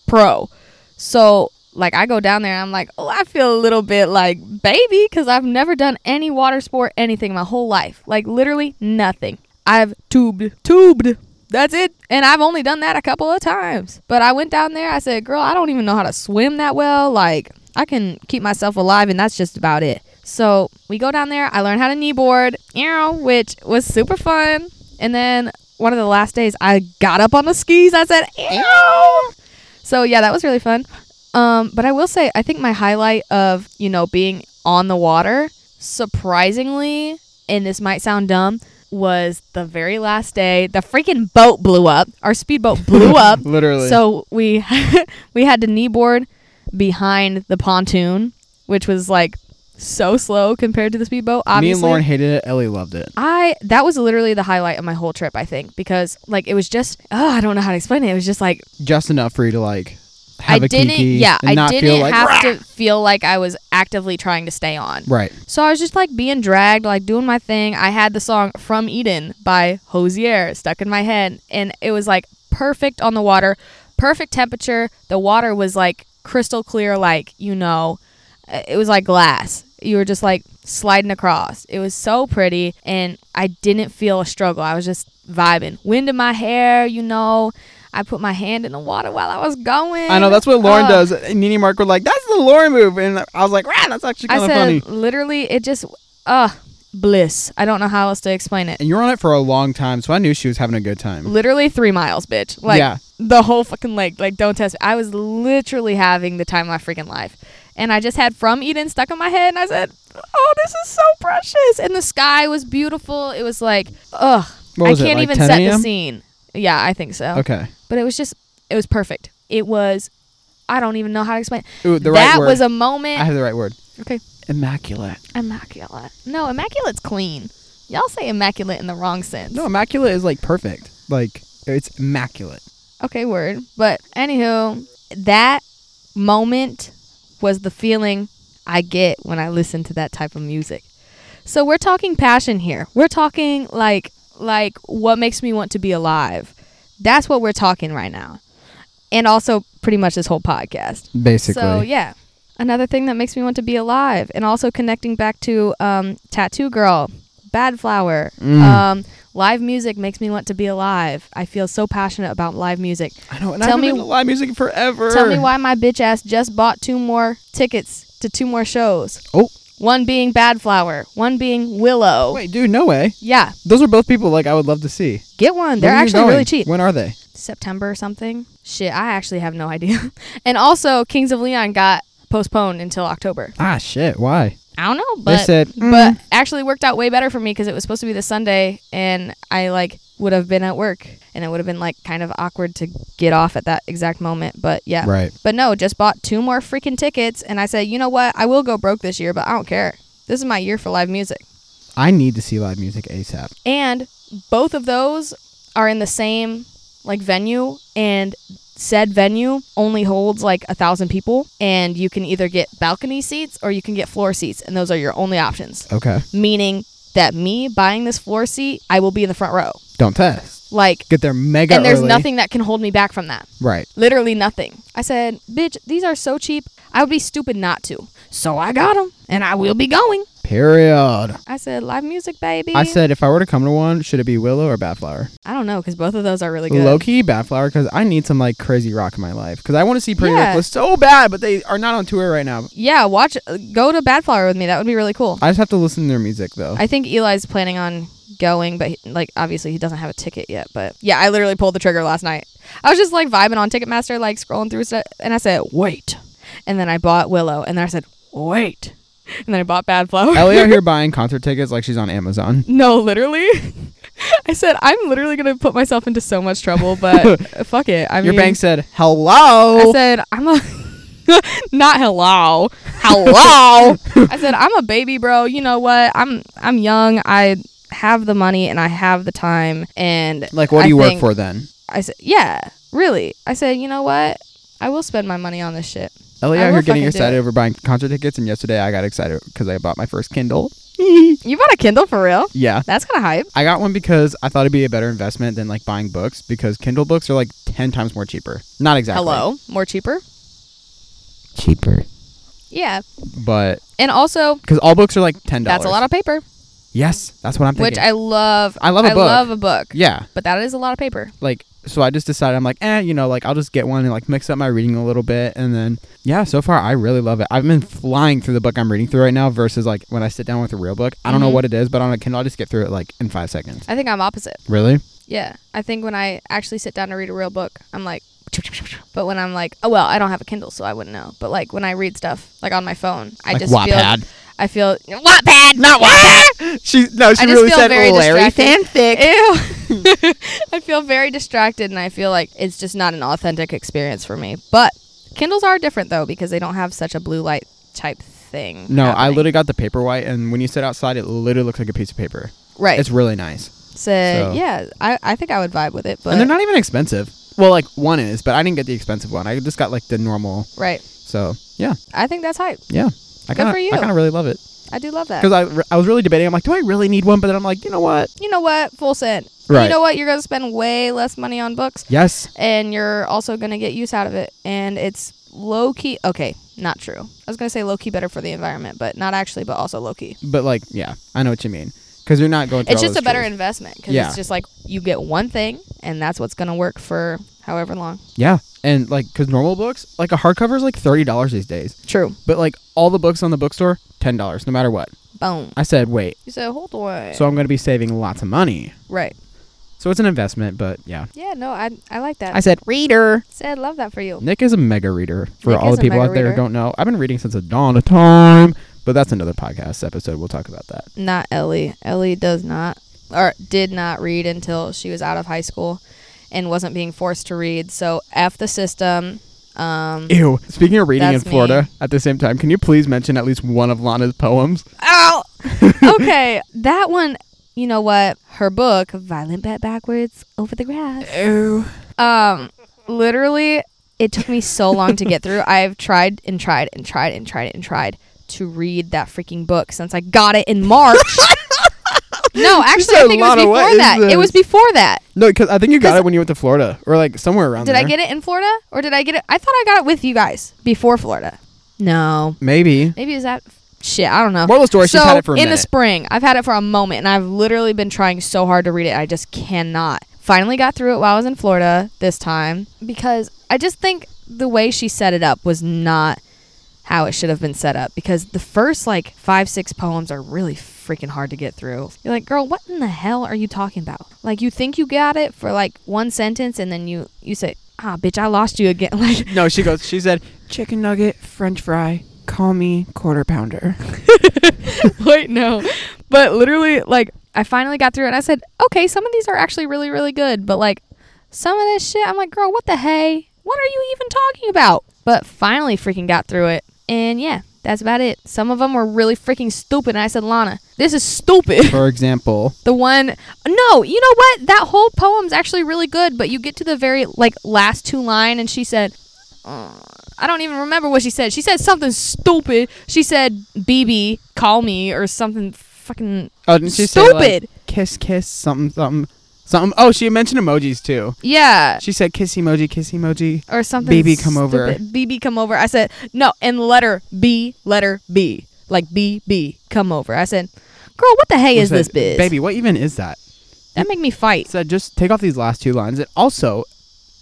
Speaker 2: pro. So like I go down there and I'm like, oh, I feel a little bit like baby because I've never done any water sport, anything my whole life. Like literally nothing. I've tubed, tubed. That's it. And I've only done that a couple of times. But I went down there. I said, girl, I don't even know how to swim that well. Like I can keep myself alive, and that's just about it. So we go down there. I learned how to kneeboard, you know, which was super fun. And then one of the last days, I got up on the skis. I said, "Ew!" So yeah, that was really fun. Um, but I will say, I think my highlight of you know being on the water, surprisingly, and this might sound dumb, was the very last day. The freaking boat blew up.
Speaker 3: <laughs>
Speaker 2: Our speedboat <laughs> blew up.
Speaker 3: Literally.
Speaker 2: So we <laughs> we had to kneeboard behind the pontoon, which was like so slow compared to the speedboat. Obviously,
Speaker 3: me and Lauren hated it. Ellie loved it.
Speaker 2: I that was literally the highlight of my whole trip, I think, because like it was just oh, I don't know how to explain it. It was just like
Speaker 3: just enough for you to like have
Speaker 2: I
Speaker 3: a
Speaker 2: didn't
Speaker 3: kiki
Speaker 2: yeah,
Speaker 3: and
Speaker 2: I
Speaker 3: not
Speaker 2: didn't
Speaker 3: feel like
Speaker 2: have to feel like I was actively trying to stay on. <laughs>
Speaker 3: right.
Speaker 2: So I was just like being dragged, like doing my thing. I had the song From Eden by Hosier stuck in my head, and it was like perfect on the water, perfect temperature. The water was like crystal clear, like, you know, uh, it was like glass. You were just like sliding across. It was so pretty, and I didn't feel a struggle. I was just vibing. Wind in my hair, you know. I put my hand in the water while I was going.
Speaker 3: I know that's what Lauren
Speaker 2: Uh,
Speaker 3: does. And Nene and Mark were like, "That's the Lauren move," and I was like, "Wow, that's actually
Speaker 2: I
Speaker 3: kind of
Speaker 2: said,
Speaker 3: funny."
Speaker 2: literally, it just, uh, bliss. I don't know how else to explain it.
Speaker 3: And you were on it for a long time, so I knew she was having a good time.
Speaker 2: Literally three miles, bitch. Like,
Speaker 3: Yeah.
Speaker 2: the whole fucking lake. Like, don't test me. I was literally having the time of my freaking life. And I just had From Eden stuck in my head, and I said, oh, this is so precious. And the sky was beautiful. It was like, ugh.
Speaker 3: What was
Speaker 2: I
Speaker 3: it,
Speaker 2: can't
Speaker 3: like
Speaker 2: even
Speaker 3: 10
Speaker 2: set the
Speaker 3: a.m.?
Speaker 2: scene. Yeah, I think so.
Speaker 3: Okay,
Speaker 2: But it was just, it was perfect. It was, I don't even know how to explain. it.
Speaker 3: Ooh, the
Speaker 2: that
Speaker 3: right word.
Speaker 2: was a
Speaker 3: I
Speaker 2: moment.
Speaker 3: have the right word.
Speaker 2: okay.
Speaker 3: Immaculate.
Speaker 2: Immaculate. No, immaculate's clean. Y'all say immaculate in the wrong sense.
Speaker 3: No, immaculate is like perfect. Like it's immaculate.
Speaker 2: Okay, word. But anywho, that moment was the feeling I get when I listen to that type of music. So we're talking passion here. We're talking like like what makes me want to be alive. That's what we're talking right now. And also pretty much this whole podcast.
Speaker 3: Basically.
Speaker 2: So yeah, another thing that makes me want to be alive, and also connecting back to um, Tattoo Girl, Bad Flower,
Speaker 3: Mm.
Speaker 2: um, live music makes me want to be alive. I feel so passionate about live music.
Speaker 3: I know. And
Speaker 2: Tell
Speaker 3: I've
Speaker 2: me-
Speaker 3: been to live music forever.
Speaker 2: Tell me why my bitch ass just bought two more tickets to two more shows.
Speaker 3: Oh.
Speaker 2: One being Bad Flower, one being Willow.
Speaker 3: Wait, dude, no way.
Speaker 2: Yeah,
Speaker 3: Those are both people like I would love to see.
Speaker 2: get one. They're
Speaker 3: When are you
Speaker 2: actually
Speaker 3: going?
Speaker 2: really cheap.
Speaker 3: When are they?
Speaker 2: September or something. Shit, I actually have no <laughs> idea. and also, Kings of Leon got postponed until October.
Speaker 3: Ah, shit. Why?
Speaker 2: I don't know,
Speaker 3: They
Speaker 2: but
Speaker 3: said, "Mm,
Speaker 2: but actually worked out way better for me because it was supposed to be the Sunday, and I like would have been at work, and it would have been like kind of awkward to get off at that exact moment. But yeah,
Speaker 3: Right.
Speaker 2: But no, just bought two more freaking tickets, and I said, you know what, I will go broke this year, but I don't care. This is my year for live music.
Speaker 3: I need to see live music ASAP.
Speaker 2: And both of those are in the same like venue and said venue only holds like a thousand people and you can either get balcony seats or you can get floor seats and those are your only options
Speaker 3: Okay.
Speaker 2: meaning that me buying this floor seat i will be in the front row
Speaker 3: Don't test.
Speaker 2: like
Speaker 3: Get there mega
Speaker 2: and there's
Speaker 3: early.
Speaker 2: nothing that can hold me back from that
Speaker 3: Right.
Speaker 2: literally nothing i said bitch these are so cheap i would be stupid not to so i got them and i will be going
Speaker 3: Period.
Speaker 2: i said live music baby
Speaker 3: I said if I were to come to one, should it be Willow or Badflower?
Speaker 2: i don't know because both of those are really good
Speaker 3: Low key Badflower because I need some like crazy rock in my life because I want to see Pretty
Speaker 2: Yeah.
Speaker 3: Reckless so bad, but they are not on tour right now.
Speaker 2: yeah watch go to bad flower with me that would be really cool
Speaker 3: I just have to listen to their music though.
Speaker 2: I think Eli's planning on going, but he, like obviously he doesn't have a ticket yet. But yeah, I literally pulled the trigger last night. I was just like vibing on Ticketmaster, like scrolling through stuff, and I said wait, and then I bought Willow, and then I said wait, and then I bought Bad Flower.
Speaker 3: Ellie out here buying concert tickets like she's on Amazon.
Speaker 2: <laughs> no, literally. <laughs> I said I'm literally gonna put myself into so much trouble, but fuck it. I
Speaker 3: Your
Speaker 2: mean,
Speaker 3: bank said
Speaker 2: I
Speaker 3: hello.
Speaker 2: said I'm a <laughs> not hello. Hello. I said I'm a baby, bro. You know what? I'm I'm young. I have the money and I have the time and
Speaker 3: <laughs> like what
Speaker 2: I
Speaker 3: do you
Speaker 2: think-
Speaker 3: work for then?
Speaker 2: I said, "Yeah, really." I said, "You know what? I will spend my money on this shit."
Speaker 3: Ellie
Speaker 2: I
Speaker 3: out here
Speaker 2: will
Speaker 3: getting
Speaker 2: fucking do
Speaker 3: excited
Speaker 2: it.
Speaker 3: over buying concert tickets, and yesterday I got excited because I bought my first Kindle.
Speaker 2: You bought a Kindle for real?
Speaker 3: Yeah.
Speaker 2: That's kind of hype.
Speaker 3: I got one because I thought it'd be a better investment than like buying books because Kindle books are like 10 times more cheaper. Not exactly.
Speaker 2: Hello, more cheaper.
Speaker 1: Cheaper.
Speaker 2: Yeah,
Speaker 3: But
Speaker 2: and also
Speaker 3: because all books are like $10.
Speaker 2: that's a lot of paper,
Speaker 3: Yes. That's what I'm thinking.
Speaker 2: which I love.
Speaker 3: I love a
Speaker 2: I
Speaker 3: book.
Speaker 2: love a book,
Speaker 3: Yeah.
Speaker 2: but that is a lot of paper.
Speaker 3: Like, so I just decided I'm like, eh, you know, like I'll just get one and like mix up my reading a little bit. And then, yeah, so far I really love it. I've been flying through the book I'm reading through right now versus like when I sit down with a real book. I don't know
Speaker 2: Mhm.
Speaker 3: what it is, but on a Kindle, I just get through it like in five seconds.
Speaker 2: I think I'm opposite.
Speaker 3: Really?
Speaker 2: Yeah, I think when I actually sit down to read a real book, I'm like, but when I'm like, oh well, I don't have a Kindle, so I wouldn't know. But like when I read stuff like on my phone, I
Speaker 3: like
Speaker 2: just
Speaker 3: Wattpad.
Speaker 2: feel <laughs> I feel Wattpad, not <laughs>
Speaker 3: she no, she
Speaker 2: I just
Speaker 3: really
Speaker 2: feel
Speaker 3: said
Speaker 2: very
Speaker 3: Larry
Speaker 2: <laughs> distracted.
Speaker 3: fanfic. <laughs>
Speaker 2: Ew. <laughs> I feel very distracted, and I feel like it's just not an authentic experience for me. But Kindles are different though because they don't have such a blue light type thing.
Speaker 3: No, I
Speaker 2: happening.
Speaker 3: literally got the paperwhite, and when you sit outside, it literally looks like a piece of paper.
Speaker 2: right.
Speaker 3: It's really nice,
Speaker 2: so,
Speaker 3: so-
Speaker 2: yeah, I, I think I would vibe with it, but
Speaker 3: and they're not even expensive. Well, like one is, but I didn't get the expensive one. I just got like the normal.
Speaker 2: right.
Speaker 3: So yeah,
Speaker 2: I think that's hype.
Speaker 3: yeah. I
Speaker 2: Good
Speaker 3: kind of,
Speaker 2: for
Speaker 3: I
Speaker 2: you.
Speaker 3: kind of really love it
Speaker 2: I do love that.
Speaker 3: because I, re- I was really debating. I'm like, do I really need one? But then I'm like, you know what?
Speaker 2: you know what? Full send.
Speaker 3: Right.
Speaker 2: You know what? You're gonna spend way less money on books,
Speaker 3: Yes,
Speaker 2: and you're also gonna get use out of it. And it's low key. Okay, not true. I was gonna say low key better for the environment, but not actually, but also low key.
Speaker 3: but like, yeah, I know what you mean because you're not going. through
Speaker 2: It's
Speaker 3: all
Speaker 2: just
Speaker 3: those
Speaker 2: a better
Speaker 3: trees.
Speaker 2: investment because
Speaker 3: Yeah.
Speaker 2: it's just like you get one thing, and that's what's gonna work for however long.
Speaker 3: yeah, and like because normal books, like a hardcover is like thirty dollars these days,
Speaker 2: True.
Speaker 3: but like all the books on the bookstore, ten dollars no matter what.
Speaker 2: Boom.
Speaker 3: I said, wait,
Speaker 2: You said hold on.
Speaker 3: so I'm going to be saving lots of money.
Speaker 2: right.
Speaker 3: So it's an investment, but yeah.
Speaker 2: Yeah. No. I I like that.
Speaker 3: I said reader.
Speaker 2: said love that for you.
Speaker 3: Nick is a mega reader. For
Speaker 2: Nick
Speaker 3: all
Speaker 2: is
Speaker 3: the
Speaker 2: a
Speaker 3: people
Speaker 2: mega
Speaker 3: out there who
Speaker 2: reader.
Speaker 3: don't know, I've been reading since the dawn of time. But that's another podcast episode. We'll talk about that.
Speaker 2: not Ellie. Ellie does not or did not read until she was out of high school and wasn't being forced to read. So F the system. Um
Speaker 3: Ew. Speaking of reading
Speaker 2: That's
Speaker 3: in
Speaker 2: me.
Speaker 3: Florida at the same time, can you please mention at least one of Lana's poems? <laughs>
Speaker 2: Ow Okay. That one you know what? Her book, Violent Bet Backwards Over the Grass.
Speaker 3: Ew.
Speaker 2: Um literally it took me so long to
Speaker 3: <laughs>
Speaker 2: get through. I've tried and tried and tried and tried and tried to read that freaking book since I got it in
Speaker 3: <laughs>
Speaker 2: March. no, actually I
Speaker 3: said,
Speaker 2: think it was
Speaker 3: "Lana,
Speaker 2: before
Speaker 3: what is
Speaker 2: that.
Speaker 3: this?"
Speaker 2: It was before that.
Speaker 3: No, because I think you got
Speaker 2: 'Cause-
Speaker 3: it when you went to Florida or like somewhere around
Speaker 2: Did
Speaker 3: there.
Speaker 2: I get it in Florida or did I get it? I thought I got it with you guys before Florida. No,
Speaker 3: Maybe.
Speaker 2: maybe is that shit? I don't know.
Speaker 3: Moral of the story,
Speaker 2: so
Speaker 3: she's had it for a
Speaker 2: in the
Speaker 3: minute.
Speaker 2: spring, I've had it for a moment, and I've literally been trying so hard to read it. I just cannot. Finally got through it while I was in Florida this time because I just think the way she set it up was not how it should have been set up because the first like five six poems are really freaking hard to get through you're like girl what in the hell are you talking about like you think you got it for like one sentence and then you you say ah bitch i lost you again <laughs> like
Speaker 3: No, she goes, she said, chicken nugget, french fry, call me quarter pounder.
Speaker 2: <laughs> Wait, no. But literally, like, I finally got through it and I said, okay, some of these are actually really, really good. But, like, some of this shit, I'm like, girl, what the hey? What are you even talking about? But finally freaking got through it. And yeah, That's about it. Some of them were really freaking stupid. And I said, Lana, this is stupid.
Speaker 3: For example,
Speaker 2: the one, no, you know what? That whole poem's actually really good, but you get to the very like last two line, and she said, uh, I don't even remember what she said. She said something stupid. She said, "BB, call me" or something fucking
Speaker 3: oh, didn't she say like,
Speaker 2: stupid.
Speaker 3: kiss, kiss, something, something, something? Oh, she mentioned emojis too.
Speaker 2: yeah.
Speaker 3: She said kiss emoji, kiss emoji.
Speaker 2: or something.
Speaker 3: BB, come over.
Speaker 2: stupid. BB, come over. I said no, and letter B, letter B, like BB, come over. I said, girl, what the hey is
Speaker 3: I
Speaker 2: this
Speaker 3: said,
Speaker 2: biz?
Speaker 3: Baby, what even is that?
Speaker 2: that make me fight.
Speaker 3: So just take off these last two lines. It also, <laughs>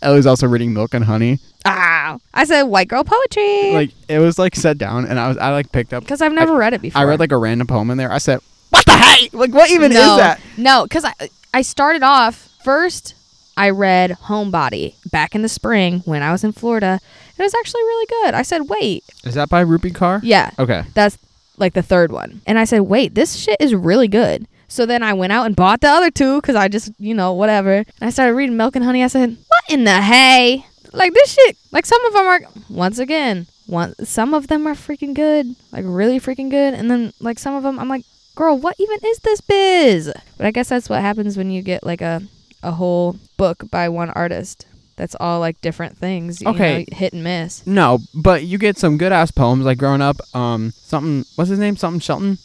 Speaker 3: Ellie's also reading Milk and Honey.
Speaker 2: Ah, I said white girl poetry.
Speaker 3: Like it was like set down, and I was I like picked up.
Speaker 2: because I've never read it before.
Speaker 3: I read like a random poem in there. I said, "What the hey? Like what even
Speaker 2: no,
Speaker 3: is that?"
Speaker 2: No, because I I started off first. I read Homebody back in the spring when I was in Florida. It was actually really good. I said, wait,
Speaker 3: Is that by Rupi Carr?
Speaker 2: yeah,
Speaker 3: Okay.
Speaker 2: that's like the third one. And I said, wait, this shit is really good. So then I went out and bought the other two because I just, you know, whatever. And I started reading Milk and Honey. I said, what in the hay? Like this shit. Like some of them are, once again, one, some of them are freaking good. Like really freaking good. And then like some of them, I'm like, girl, what even is this biz? But I guess that's what happens when you get like a, a whole book by one artist. That's all like different things. you
Speaker 3: Okay.
Speaker 2: know, hit and miss.
Speaker 3: No, but you get some good ass poems. Like growing up, um, something. What's his name? Something Shelton.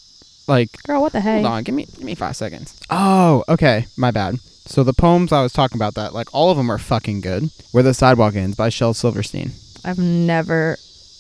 Speaker 3: Like
Speaker 2: Girl, what the hey?
Speaker 3: Hold on, give me give me five seconds. Oh, okay, my bad. So the poems I was talking about that, like all of them are fucking good. Where the Sidewalk Ends by Shel Silverstein.
Speaker 2: I've never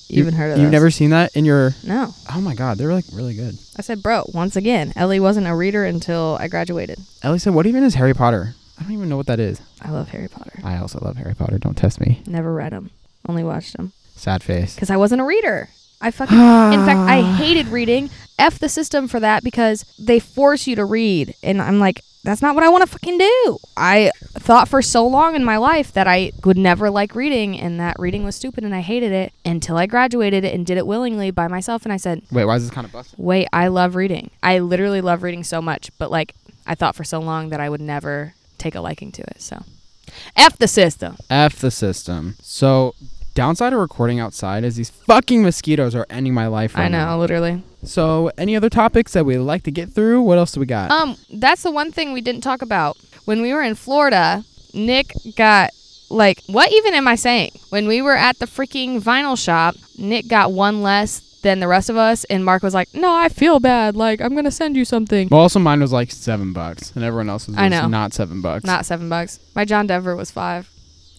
Speaker 3: You-
Speaker 2: even heard of
Speaker 3: You've
Speaker 2: those.
Speaker 3: never seen that in your?
Speaker 2: No.
Speaker 3: Oh my god, they're like really good.
Speaker 2: I said, bro, once again, Ellie wasn't a reader until I graduated.
Speaker 3: Ellie said, "What even is Harry Potter?" I don't even know what that is.
Speaker 2: I love Harry Potter.
Speaker 3: I also love Harry Potter. Don't test me.
Speaker 2: Never read them, only watched them.
Speaker 3: Sad face.
Speaker 2: Because I wasn't a reader. I fucking, in fact,
Speaker 3: <sighs>
Speaker 2: I hated reading. F the system for that because they force you to read. And I'm like, that's not what I want to fucking do. I thought for so long in my life that I would never like reading and that reading was stupid and I hated it until I graduated and did it willingly by myself. And I said,
Speaker 3: Wait, why is this kind of busted?
Speaker 2: wait, I love reading. I literally love reading so much, but like I thought for so long that I would never take a liking to it. So, F the system.
Speaker 3: F the system. So, downside of recording outside is these fucking mosquitoes are ending my life. Right
Speaker 2: I
Speaker 3: now.
Speaker 2: know, literally.
Speaker 3: So, any other topics that we'd like to get through? What else do we got?
Speaker 2: Um, that's the one thing we didn't talk about. When we were in Florida, Nick got like what even am I saying? When we were at the freaking vinyl shop, Nick got one less than the rest of us and Mark was like, "No, I feel bad. Like I'm going to send you something."
Speaker 3: Well, also mine was like seven bucks, and everyone else's was
Speaker 2: I know.
Speaker 3: not seven bucks.
Speaker 2: Not 7 bucks. My John Denver was 5.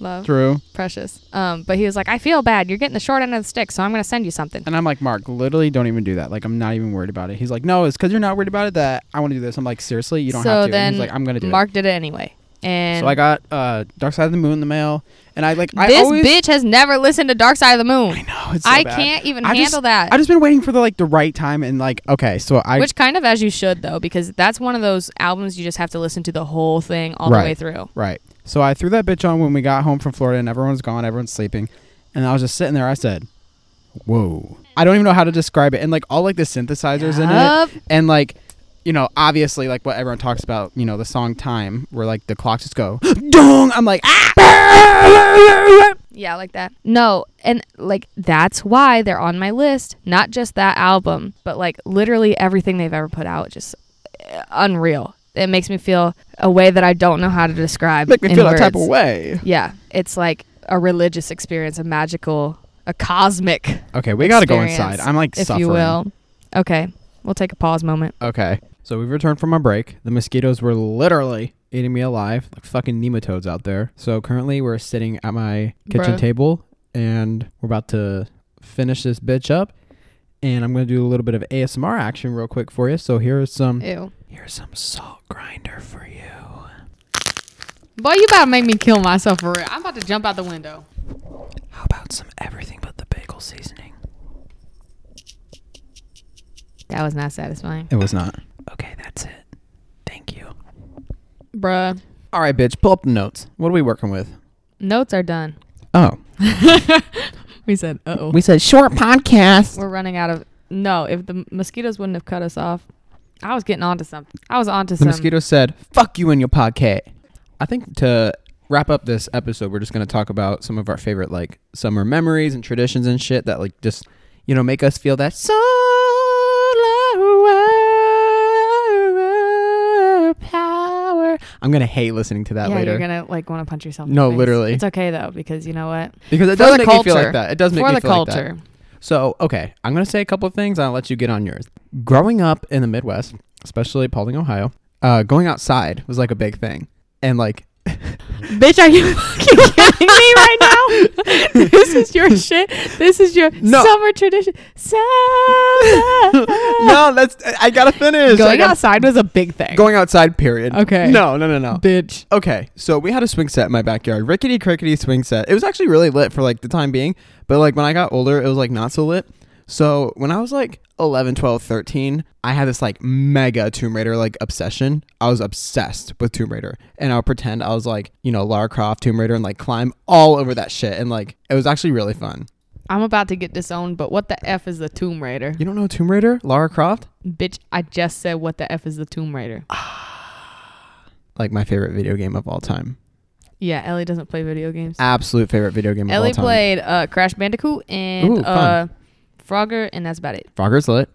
Speaker 2: Love.
Speaker 3: true.
Speaker 2: precious. Um, but he was like, I feel bad. You're getting the short end of the stick, so I'm gonna send you something.
Speaker 3: And I'm like, Mark, literally, don't even do that. Like, I'm not even worried about it. He's like, No, it's because you're not worried about it that I want to do this. I'm like, Seriously, you don't
Speaker 2: so
Speaker 3: have to.
Speaker 2: then
Speaker 3: and he's like, I'm gonna do
Speaker 2: Mark did it anyway.
Speaker 3: it.
Speaker 2: And
Speaker 3: So I got uh, Dark Side of the Moon in the mail, and I like, I
Speaker 2: this
Speaker 3: always,
Speaker 2: bitch has never listened to Dark Side of the Moon. I
Speaker 3: know, it's so bad.
Speaker 2: can't even
Speaker 3: I just-
Speaker 2: handle that.
Speaker 3: I just been waiting for the like the right time, and like, okay, so I
Speaker 2: Which kind of as you should though, because that's one of those albums you just have to listen to the whole thing all
Speaker 3: Right.
Speaker 2: the way through.
Speaker 3: Right. So I threw that bitch on when we got home from Florida and everyone's gone, everyone's sleeping. And I was just sitting there, I said, Whoa. I don't even know how to describe it. And like all like the synthesizers
Speaker 2: Yup.
Speaker 3: in it. And like, you know, obviously like what everyone talks about, you know, the song time where like the clocks just go <gasps> dong. I'm like, ah <laughs>
Speaker 2: Yeah, like that. No, and like that's why they're on my list. Not just that album, but like literally everything they've ever put out. Just uh, unreal. It makes me feel a way that I don't know how to describe.
Speaker 3: make me
Speaker 2: in
Speaker 3: feel
Speaker 2: words.
Speaker 3: that type of way.
Speaker 2: Yeah, it's like a religious experience, a magical, a cosmic.
Speaker 3: Okay, we gotta go
Speaker 2: experience,
Speaker 3: inside. I'm like
Speaker 2: if
Speaker 3: suffering.
Speaker 2: you will. Okay, we'll take a pause moment.
Speaker 3: Okay. So we've returned from our break. The mosquitoes were literally eating me alive, like fucking nematodes out there. So currently we're sitting at my kitchen
Speaker 2: Bruh.
Speaker 3: table and we're about to finish this bitch up. And I'm gonna do a little bit of ASMR action real quick for you. So here's some
Speaker 2: Ew,
Speaker 3: here's some salt grinder for you.
Speaker 2: boy, you about to make me kill myself for real. I'm about to jump out the window.
Speaker 3: How about some everything but the bagel seasoning?
Speaker 2: That was not satisfying,
Speaker 3: It was not. Okay, that's it. Thank you.
Speaker 2: bruh.
Speaker 3: All right, bitch, pull up the notes. What are we working with?
Speaker 2: Notes are done.
Speaker 3: Oh,
Speaker 2: We said, uh oh.
Speaker 3: we said short podcast.
Speaker 2: We're running out of. No, if the mosquitoes wouldn't have cut us off, I was getting onto something. I was onto
Speaker 3: The
Speaker 2: something.
Speaker 3: mosquito said, "Fuck you and your podcast." I think to wrap up this episode, we're just going to talk about some of our favorite like summer memories and traditions and shit that like just you know, make us feel that solar power. I'm gonna hate listening to that
Speaker 2: yeah,
Speaker 3: later
Speaker 2: you're gonna like want to punch yourself. in
Speaker 3: No,
Speaker 2: the face.
Speaker 3: literally.
Speaker 2: It's okay though because you know what?
Speaker 3: because it
Speaker 2: For
Speaker 3: does
Speaker 2: the
Speaker 3: make me feel
Speaker 2: culture.
Speaker 3: like that. It does make
Speaker 2: For
Speaker 3: me
Speaker 2: the
Speaker 3: feel like that.
Speaker 2: culture,
Speaker 3: So, okay, I'm going to say a couple of things and I'll let you get on yours. Growing up in the Midwest, especially Paulding, Ohio, uh, going outside was like a big thing. And
Speaker 2: <laughs>
Speaker 3: like, <laughs>
Speaker 2: bitch, are you <laughs> fucking kidding me right now? <laughs> this is your shit. This is your
Speaker 3: No.
Speaker 2: summer tradition. Summer.
Speaker 3: <laughs> no, that's, I got to finish. I
Speaker 2: Going
Speaker 3: gotta-
Speaker 2: outside was a big thing.
Speaker 3: going outside, period.
Speaker 2: Okay.
Speaker 3: No, no, no, no.
Speaker 2: bitch.
Speaker 3: Okay, so we had a swing set in my backyard, rickety crickety swing set. It was actually really lit for like the time being, but like when I got older, it was like not so lit. So when I was like 11, 12, 13, I had this like mega Tomb Raider like obsession. I was obsessed with Tomb Raider, and I would pretend I was like you know Lara Croft, Tomb Raider, and like climb all over that shit, and like it was actually really fun.
Speaker 2: I'm about to get disowned, but what the f is the Tomb Raider?
Speaker 3: You don't know Tomb Raider, Lara Croft?
Speaker 2: Bitch, I just said what the f is the Tomb Raider.
Speaker 3: Like my favorite video game of all time,
Speaker 2: Yeah, Ellie doesn't play video games.
Speaker 3: absolute favorite video game
Speaker 2: Ellie
Speaker 3: of all time.
Speaker 2: played uh, Crash Bandicoot and
Speaker 3: Ooh,
Speaker 2: uh,
Speaker 3: fun.
Speaker 2: Frogger, and that's about it,
Speaker 3: Frogger's lit,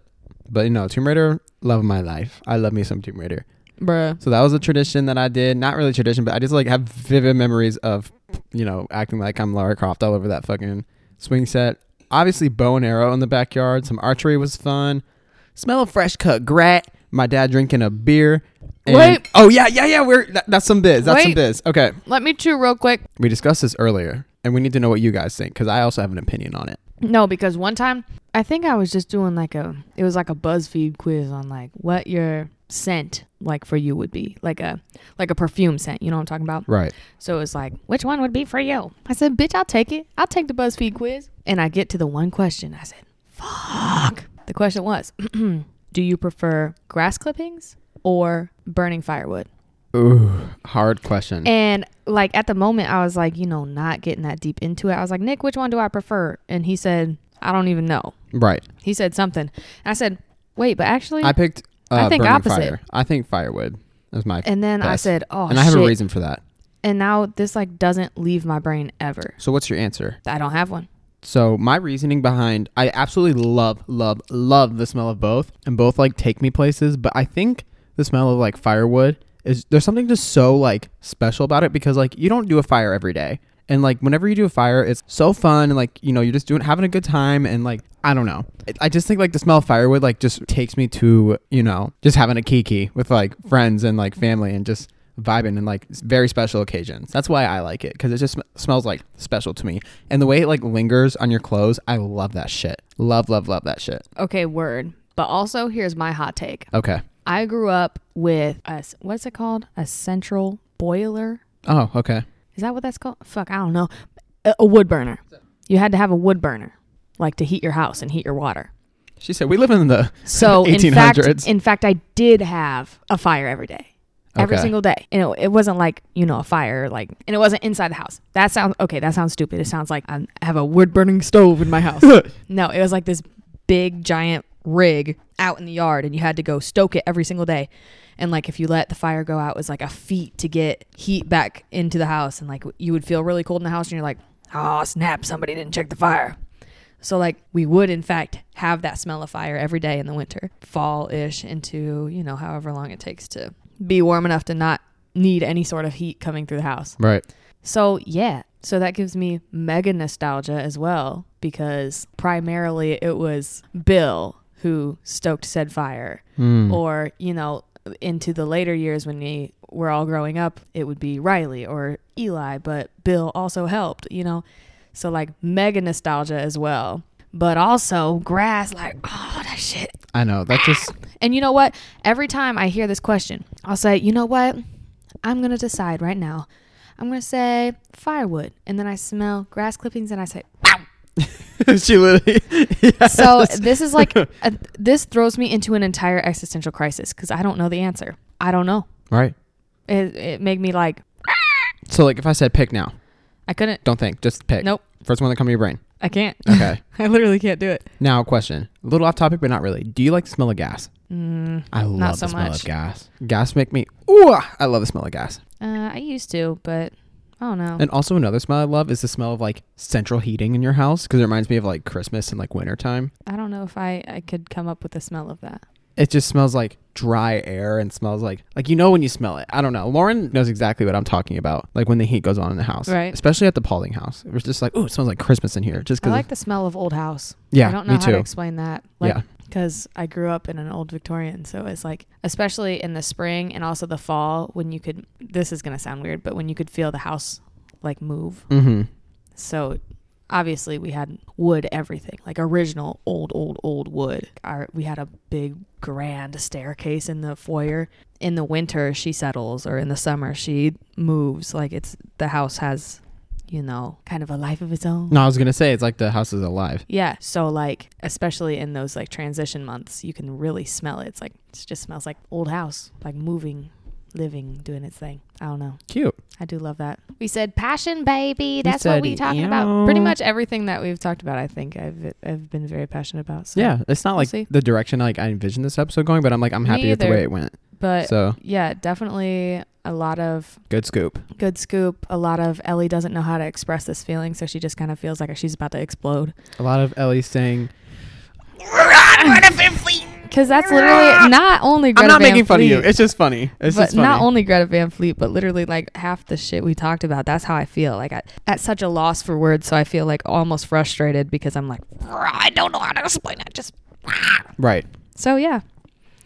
Speaker 3: but you know Tomb Raider, love of my life. I love me some Tomb Raider.
Speaker 2: bruh.
Speaker 3: So that was a tradition that I did. Not really tradition, but I just like have vivid memories of, you know, acting like I'm Lara Croft all over that fucking swing set. Obviously, bow and arrow in the backyard. Some archery was fun. Smell of fresh cut grat. My dad drinking a beer. And,
Speaker 2: Wait.
Speaker 3: Oh yeah, yeah, yeah. We're that, that's some biz. That's some
Speaker 2: Wait.
Speaker 3: biz. Okay.
Speaker 2: Let me chew real quick.
Speaker 3: We discussed this earlier, and we need to know what you guys think because I also have an opinion on it.
Speaker 2: No, because one time I think I was just doing like a it was like a BuzzFeed quiz on like what your scent like for you would be like a like a perfume scent. You know what I'm talking about?
Speaker 3: Right.
Speaker 2: So it was like which one would be for you? I said, bitch, I'll take it. I'll take the BuzzFeed quiz. And I get to the one question. I said, fuck. The question was, <clears throat> do you prefer grass clippings or burning firewood?
Speaker 3: Ooh, hard question.
Speaker 2: And like at the moment, I was like, you know, not getting that deep into it. I was like, Nick, which one do I prefer? And he said, I don't even know.
Speaker 3: right.
Speaker 2: He said something. And I said, wait, but actually,
Speaker 3: I picked. Uh,
Speaker 2: I think
Speaker 3: burning
Speaker 2: opposite.
Speaker 3: Fire. I think firewood. That's my.
Speaker 2: and then I
Speaker 3: best.
Speaker 2: said, oh,
Speaker 3: and I have
Speaker 2: shit.
Speaker 3: a reason for that.
Speaker 2: And now this like doesn't leave my brain ever.
Speaker 3: So what's your answer?
Speaker 2: I don't have one.
Speaker 3: So my reasoning behind I absolutely love, love, love the smell of both. And both like take me places, but I think the smell of like firewood is there's something just so like special about it because like you don't do a fire every day. And like whenever you do a fire, it's so fun and like, you know, you're just doing having a good time and like I don't know. I- I just think like the smell of firewood like just takes me to, you know, just having a kiki with like friends and like family and just vibing and like s- very special occasions. That's why I like it because it just sm- smells like special to me. And the way it like lingers on your clothes, I love that shit. Love, love, love that shit.
Speaker 2: Okay, word. But also, here's my hot take.
Speaker 3: Okay.
Speaker 2: I grew up with a s- what's it called? A central boiler.
Speaker 3: Oh, okay.
Speaker 2: Is that what that's called? Fuck, I don't know. A, a wood burner. You had to have a wood burner, like to heat your house and heat your water.
Speaker 3: She said we live in the <laughs>
Speaker 2: So in fact,
Speaker 3: 1800s.
Speaker 2: in fact, I did have a fire every day, every
Speaker 3: Okay.
Speaker 2: single day. And it, it wasn't like you know a fire like, and it wasn't inside the house. That sounds okay. That sounds stupid. It sounds like I'm, I have a wood burning stove in my house. no, it was like this big giant rig out in the yard, and you had to go stoke it every single day. And like if you let the fire go out, it was like a feat to get heat back into the house, and like you would feel really cold in the house, and you're like, oh snap, somebody didn't check the fire. So like we would in fact have that smell of fire every day in the winter, fall ish into, you know, however long it takes to be warm enough to not need any sort of heat coming through the
Speaker 3: <laughs>
Speaker 2: house.
Speaker 3: right.
Speaker 2: So yeah. So that gives me mega nostalgia as well because primarily it was Bill who stoked said fire. Or, you know, into the later years when we were all growing up, it would be Riley or Eli, but Bill also helped, you know. So like mega nostalgia as well. But also grass, like, oh that shit
Speaker 3: I know that
Speaker 2: <laughs>
Speaker 3: just <laughs>
Speaker 2: and you know what? Every time I hear this question, I'll say, you know what? I'm going to decide right now. I'm going to say firewood. And then I smell grass clippings and
Speaker 3: <laughs>
Speaker 2: I say, "Ow."
Speaker 3: she literally. <laughs>
Speaker 2: so this is like, a, this throws me into an entire existential crisis because I don't know the answer. I don't know.
Speaker 3: right.
Speaker 2: It, it made me like,
Speaker 3: So like if I said pick now,
Speaker 2: I couldn't.
Speaker 3: don't think, just pick.
Speaker 2: Nope.
Speaker 3: First one that comes to your brain. <laughs>
Speaker 2: I can't. <laughs>
Speaker 3: Okay.
Speaker 2: I literally can't do it.
Speaker 3: now question. A little off topic, but not really. Do you like the smell of gas?
Speaker 2: Mm,
Speaker 3: I love
Speaker 2: so
Speaker 3: the smell
Speaker 2: much.
Speaker 3: of gas. Gas make me. Ooh, I love the smell of gas.
Speaker 2: uh, I used to, but Oh no.
Speaker 3: And also another smell I love is the smell of like central heating in your house because it reminds me of like Christmas and like wintertime.
Speaker 2: I don't know if I, I could come up with the smell of that.
Speaker 3: It just smells like dry air and smells like like you know when you smell it. I don't know. Lauren knows exactly what I'm talking about. Like when the heat goes on in the house,
Speaker 2: Right.
Speaker 3: Especially at the Pauling house, it was just like oh, it smells like Christmas in here. Just
Speaker 2: I
Speaker 3: because
Speaker 2: like the smell of old house.
Speaker 3: yeah,
Speaker 2: I don't know
Speaker 3: me
Speaker 2: how
Speaker 3: too.
Speaker 2: to explain that. Like,
Speaker 3: Yeah.
Speaker 2: Because I grew up in an old Victorian, so it's like, especially in the spring and also the fall, when you could. This is gonna sound weird, but when you could feel the house like move.
Speaker 3: mm-hmm.
Speaker 2: So obviously we had wood everything, like original old old old wood. Our we had a big grand staircase in the foyer. In the winter she settles or in the summer she moves like it's the house has you know kind of a life of its own.
Speaker 3: No, I was gonna say it's like the house is alive.
Speaker 2: Yeah, so like especially in those like transition months, you can really smell it. It's like it just smells like old house, like moving, living, doing its thing. I don't know.
Speaker 3: Cute.
Speaker 2: I do love that. We said passion, baby. That's
Speaker 3: said
Speaker 2: what we're talking about.
Speaker 3: ew.
Speaker 2: Pretty much everything that we've talked about, I think I've I've been very passionate about. So.
Speaker 3: Yeah, it's not like
Speaker 2: see.
Speaker 3: the direction like I envisioned this episode going, but I'm like I'm
Speaker 2: Me
Speaker 3: happy with the
Speaker 2: either.
Speaker 3: way it went.
Speaker 2: But
Speaker 3: so
Speaker 2: yeah, definitely a lot of
Speaker 3: good scoop.
Speaker 2: good scoop. A lot of Ellie doesn't know how to express this feeling, so she just kind of feels like she's about to explode.
Speaker 3: A lot of Ellie saying
Speaker 2: Because that's <laughs> literally not only Greta
Speaker 3: I'm not
Speaker 2: Van
Speaker 3: making fun of you.
Speaker 2: Fleet,
Speaker 3: It's just funny. It's
Speaker 2: but
Speaker 3: just funny.
Speaker 2: not only Greta Van Fleet, but literally like half the shit we talked about. That's how I feel. Like I, at such a loss for words, so I feel like almost frustrated because I'm like, I don't know how to explain it. Just
Speaker 3: right.
Speaker 2: so yeah.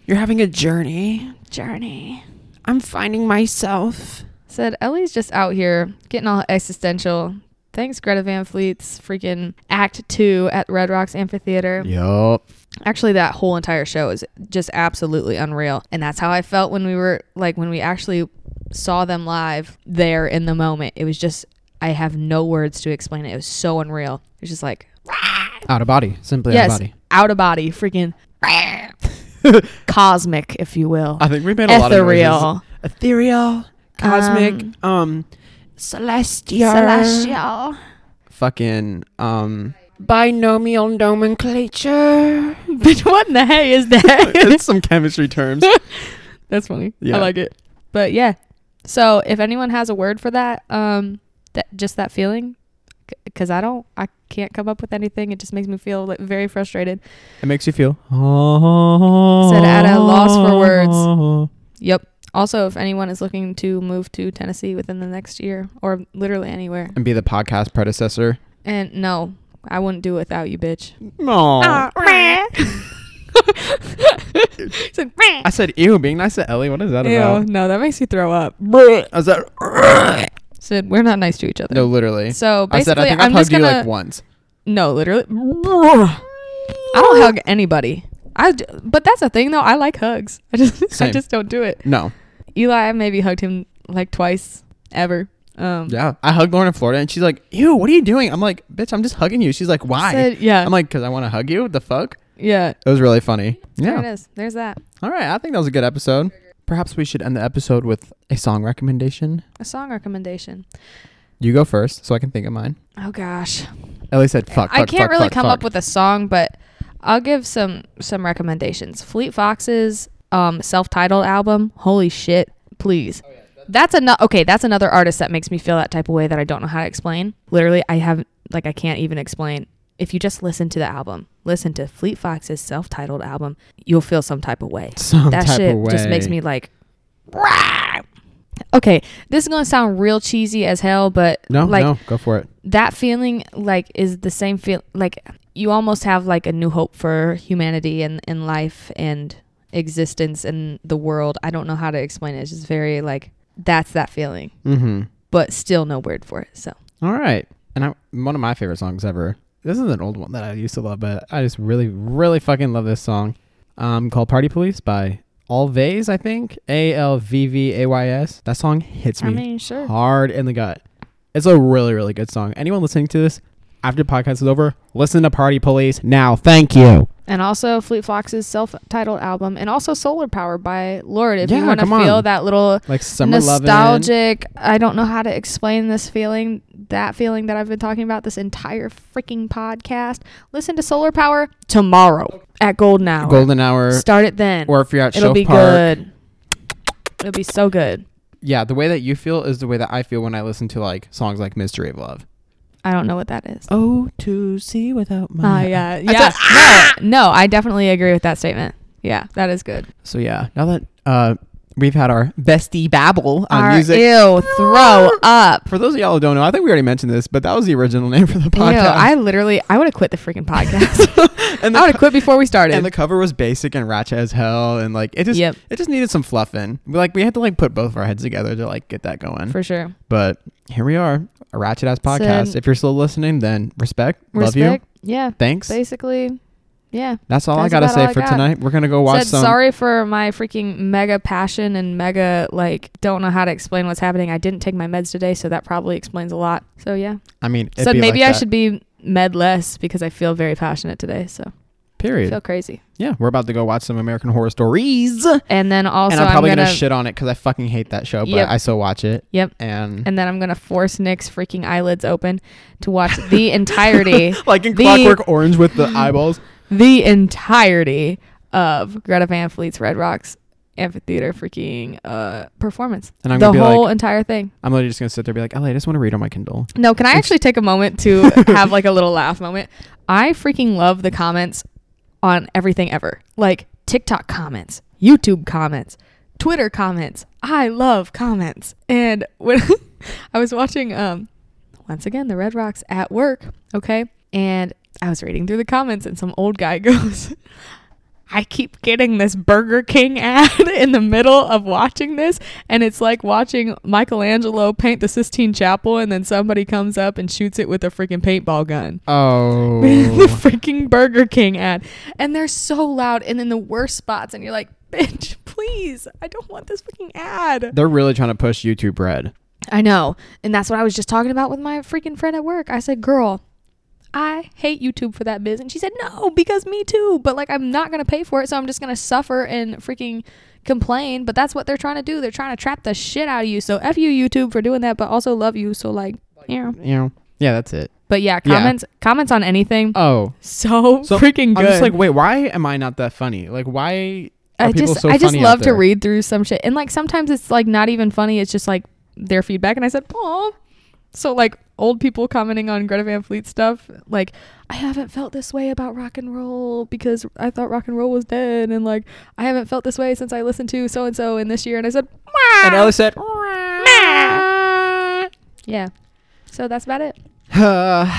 Speaker 1: You're having a journey.
Speaker 2: Journey.
Speaker 1: I'm finding myself.
Speaker 2: Said Ellie's just out here getting all existential. Thanks, Greta Van Fleet's freaking Act Two at Red Rocks Amphitheater.
Speaker 3: Yup.
Speaker 2: Actually, that whole entire show is just absolutely unreal. And that's how I felt when we were like, when we actually saw them live there in the moment. It was just, I have no words to explain it. It was so unreal. It was just like,
Speaker 3: Out of body. Simply
Speaker 2: yes,
Speaker 3: out of body.
Speaker 2: out of body, freaking <laughs> cosmic, if you will.
Speaker 3: I think we made a lot of noises.
Speaker 2: Ethereal.
Speaker 1: Ethereal, cosmic, um, celestial,
Speaker 2: <laughs> Celestial.
Speaker 3: Fucking
Speaker 2: <laughs>
Speaker 3: um
Speaker 1: binomial nomenclature.
Speaker 2: Bitch, what in the hey
Speaker 3: <laughs>
Speaker 2: is that?
Speaker 3: it's some chemistry terms.
Speaker 2: That's funny.
Speaker 3: Yeah.
Speaker 2: I like it. But yeah. So if anyone has a word for that, um, that just that feeling, because I don't, I can't come up with anything. It just makes me feel like very frustrated.
Speaker 3: It makes you feel "Ah."
Speaker 2: Said at a loss for words. Yep. Also, if anyone is looking to move to Tennessee within the next year or literally anywhere,
Speaker 3: And be the podcast predecessor.
Speaker 2: and no, I wouldn't do it without you, bitch.
Speaker 3: No.
Speaker 2: Ah. <laughs> It's like,
Speaker 3: I said ew, being nice to Ellie, what is that
Speaker 2: Ew,
Speaker 3: about?
Speaker 2: no, that makes you throw up.
Speaker 3: I said
Speaker 2: Said we're not nice to each other.
Speaker 3: No, literally.
Speaker 2: So
Speaker 3: I said
Speaker 2: basically,
Speaker 3: I think I
Speaker 2: am just
Speaker 3: hugged you
Speaker 2: gonna
Speaker 3: like once.
Speaker 2: No, literally. I don't hug anybody. I d- but that's a thing though. I like hugs. I just <laughs> I
Speaker 3: Same.
Speaker 2: just don't do it.
Speaker 3: No.
Speaker 2: Eli, I maybe hugged him like twice ever. Um,
Speaker 3: Yeah. I hugged Lauren in Florida and she's like, Ew, what are you doing? I'm like, bitch, I'm just hugging you. She's like, Why?
Speaker 2: Said, yeah.
Speaker 3: I'm like, because I want to hug you. What the fuck?
Speaker 2: yeah.
Speaker 3: It was really funny.
Speaker 2: There it is. There's that.
Speaker 3: All right. I think that was a good episode. Perhaps we should end the episode with a song recommendation.
Speaker 2: A song recommendation.
Speaker 3: You go first so I can think of mine.
Speaker 2: Oh gosh,
Speaker 3: Ellie said, fuck.
Speaker 2: I
Speaker 3: fuck,
Speaker 2: can't
Speaker 3: fuck,
Speaker 2: really
Speaker 3: fuck,
Speaker 2: come
Speaker 3: fuck.
Speaker 2: up with a song, but I'll give some some recommendations. Fleet Fox's um self-titled album. Holy shit! Please. That's another okay. That's another artist that makes me feel that type of way that I don't know how to explain. Literally, I have like I can't even explain. If you just listen to the album, listen to Fleet Fox's self-titled album, you'll feel some type of way.
Speaker 3: Some
Speaker 2: that
Speaker 3: type
Speaker 2: shit
Speaker 3: of
Speaker 2: just
Speaker 3: way.
Speaker 2: makes me like. <laughs> "Rah!" Okay, this is gonna sound real cheesy as hell, but
Speaker 3: No,
Speaker 2: like
Speaker 3: no, go for it.
Speaker 2: that feeling like is the same feel like you almost have like a new hope for humanity and in life and existence and the world i don't know how to explain it it's just very like that's that feeling
Speaker 3: Mm-hmm.
Speaker 2: but still no word for it so
Speaker 3: All right. And I, one of my favorite songs ever. This is an old one that I used to love, but I just really, really fucking love this song. Um, called Party Police by Alvays, I think. A L V V A Y S. That song hits me
Speaker 2: sure
Speaker 3: hard in the gut. It's a really, really good song. Anyone listening to this after the podcast is over, listen to Party Police now. Thank you.
Speaker 2: and also fleet fox's self-titled album and also solar power by lord if you
Speaker 3: Yeah,
Speaker 2: want to
Speaker 3: come on.
Speaker 2: feel that little
Speaker 3: Like summer loving.
Speaker 2: nostalgic i don't know how to explain this feeling that feeling that i've been talking about this entire freaking podcast listen to solar power tomorrow at golden hour
Speaker 3: Golden Hour.
Speaker 2: start it then
Speaker 3: Or if you're at
Speaker 2: it'll
Speaker 3: Shelf
Speaker 2: be
Speaker 3: Park.
Speaker 2: good it'll be so good
Speaker 3: yeah, the way that you feel is the way that I feel when I listen to like songs like Mystery of Love.
Speaker 2: I don't know what that is.
Speaker 3: Oh, to see without
Speaker 2: Oh yeah, yeah.
Speaker 3: "Ah!"
Speaker 2: No, no, I definitely agree with that statement. Yeah, that is good.
Speaker 3: So yeah, now that uh, we've had our bestie babble on
Speaker 2: Our
Speaker 3: music.
Speaker 2: Ew, throw up.
Speaker 3: <laughs> For those of y'all who don't know, I think we already mentioned this, but that was the original name for the
Speaker 2: Ew,
Speaker 3: podcast.
Speaker 2: I literally, I would have quit
Speaker 3: <laughs>
Speaker 2: the freaking podcast.
Speaker 3: and
Speaker 2: I would
Speaker 3: the,
Speaker 2: have quit before we started.
Speaker 3: and the cover was basic and ratchet as hell, and like it just
Speaker 2: Yep.
Speaker 3: it just needed some fluff in. We, like we had to like put both of our heads together to like get that going.
Speaker 2: for sure.
Speaker 3: but here we are, a ratchet ass podcast.
Speaker 2: So-
Speaker 3: if you're still listening, then respect, love you,
Speaker 2: Respect. Yeah.
Speaker 3: thanks.
Speaker 2: Basically. Yeah.
Speaker 3: That's all
Speaker 2: That's
Speaker 3: I gotta
Speaker 2: about
Speaker 3: say
Speaker 2: all I
Speaker 3: for
Speaker 2: got.
Speaker 3: tonight. We're gonna go watch
Speaker 2: Said
Speaker 3: some.
Speaker 2: sorry for my freaking mega passion and mega like don't know how to explain what's happening. I didn't take my meds today, so that probably explains a lot. So yeah.
Speaker 3: I mean, it'd
Speaker 2: Said
Speaker 3: be
Speaker 2: maybe
Speaker 3: like
Speaker 2: I
Speaker 3: that.
Speaker 2: should be med less because I feel very passionate today. So
Speaker 3: Period.
Speaker 2: feel crazy.
Speaker 3: yeah, we're about to go watch some American Horror Stories,
Speaker 2: And then
Speaker 3: <laughs>
Speaker 2: also
Speaker 3: and I'm probably
Speaker 2: I'm
Speaker 3: gonna,
Speaker 2: gonna
Speaker 3: shit on it because I fucking hate that show, but
Speaker 2: Yep.
Speaker 3: I still watch it.
Speaker 2: Yep.
Speaker 3: <laughs> And,
Speaker 2: and then I'm gonna force Nick's freaking eyelids open to watch
Speaker 3: <laughs>
Speaker 2: the entirety,
Speaker 3: like in
Speaker 2: The-
Speaker 3: Clockwork Orange with the eyeballs.
Speaker 2: the entirety of Greta Van Fleet's Red Rocks amphitheater freaking uh performance.
Speaker 3: And I'm
Speaker 2: the
Speaker 3: gonna be
Speaker 2: whole
Speaker 3: like-
Speaker 2: entire thing.
Speaker 3: I'm literally just gonna sit there and be like, Ellie, I just want to read on my
Speaker 2: <laughs>
Speaker 3: Kindle.
Speaker 2: No, can I actually take a moment to have like a little laugh moment? I freaking love the comments on everything ever. Like TikTok comments, YouTube comments, Twitter comments. I love comments. And when <laughs> I was watching um once again the Red Rocks at work, okay? And I was reading through the comments and some old guy <laughs> goes I keep getting this Burger King <laughs> ad in the middle of watching this, and it's like watching Michelangelo paint the Sistine Chapel, and then somebody comes up and shoots it with a freaking paintball gun. <laughs>
Speaker 3: Oh,
Speaker 2: the <laughs> freaking Burger King ad. And they're so loud and in the worst spots, and you're like, bitch, please, I don't want this freaking ad.
Speaker 3: they're really trying to push YouTube Red.
Speaker 2: I know. And that's what I was just talking about with my freaking friend at work. I said, girl, I hate YouTube for that biz. And she said, no, because me too. But like, I'm not going to pay for it. So I'm just going to suffer and freaking complain. But that's what they're trying to do. They're trying to trap the shit out of you. So F you, YouTube, for doing that. But also love you. So like, yeah.
Speaker 3: You know, yeah, that's it.
Speaker 2: But yeah,
Speaker 3: Yeah.
Speaker 2: comments, comments on anything.
Speaker 3: Oh,
Speaker 2: so,
Speaker 3: so
Speaker 2: freaking good.
Speaker 3: I'm just like, wait, why am I not that funny? Like, why? Are
Speaker 2: I
Speaker 3: people
Speaker 2: just
Speaker 3: so
Speaker 2: I just
Speaker 3: funny out
Speaker 2: love to
Speaker 3: there?
Speaker 2: read through some shit. And like sometimes it's like not even funny, it's just like their feedback and I said, "Oh." So like old people commenting on Greta Van Fleet stuff, like I haven't felt this way about rock and roll because I thought rock and roll was dead and like I haven't felt this way since I listened to so and so in this year and I said, "Wah."
Speaker 3: And Ellie <sighs> said,
Speaker 2: uh,
Speaker 1: <laughs>
Speaker 2: "Yeah." So that's
Speaker 3: <laughs>
Speaker 2: about it. Oh,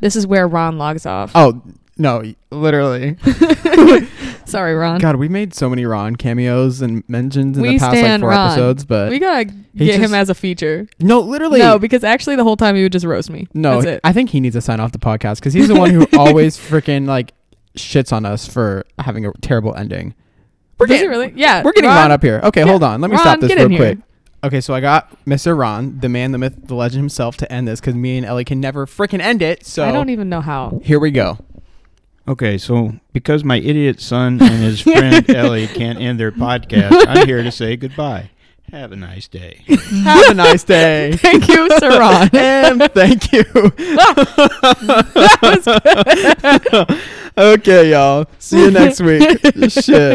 Speaker 2: This is where Ron
Speaker 3: <laughs>
Speaker 2: logs off.
Speaker 3: Oh no, literally.
Speaker 2: Sorry, Ron.
Speaker 3: God, we made so many Ron cameos and mentions in
Speaker 2: we
Speaker 3: the past like
Speaker 2: stand
Speaker 3: four
Speaker 2: Ron.
Speaker 3: episodes, but
Speaker 2: we gotta
Speaker 3: He
Speaker 2: get him
Speaker 3: just-
Speaker 2: as a feature.
Speaker 3: no, literally,
Speaker 2: No, because actually the whole time you would just roast me.
Speaker 3: no.
Speaker 2: That's it.
Speaker 3: I think he needs to sign off the podcast because he's the one
Speaker 2: <laughs>
Speaker 3: who always freaking like shits on us for having a terrible ending.
Speaker 2: Does he really? Yeah,
Speaker 3: we're getting Ron,
Speaker 2: Uh, Ron-
Speaker 3: up here. Okay,
Speaker 2: Yeah,
Speaker 3: hold on. Let me
Speaker 2: Ron,
Speaker 3: stop this
Speaker 2: get
Speaker 3: real
Speaker 2: in here.
Speaker 3: quick. Okay, so I got Mr. Ron, the man, the myth, the legend himself, to end this because me and Ellie can never freaking end it. So
Speaker 2: I don't even know how.
Speaker 3: here we go.
Speaker 4: Okay, so because my idiot son and his friend Ellie can't end their podcast, I'm here to say goodbye. Have a nice day.
Speaker 3: Have a nice day.
Speaker 2: <laughs> Thank you, Sir Ron.
Speaker 3: <laughs> and thank
Speaker 2: <laughs>
Speaker 3: you. <laughs>
Speaker 2: <laughs>
Speaker 3: okay, y'all. See you next week. Shit.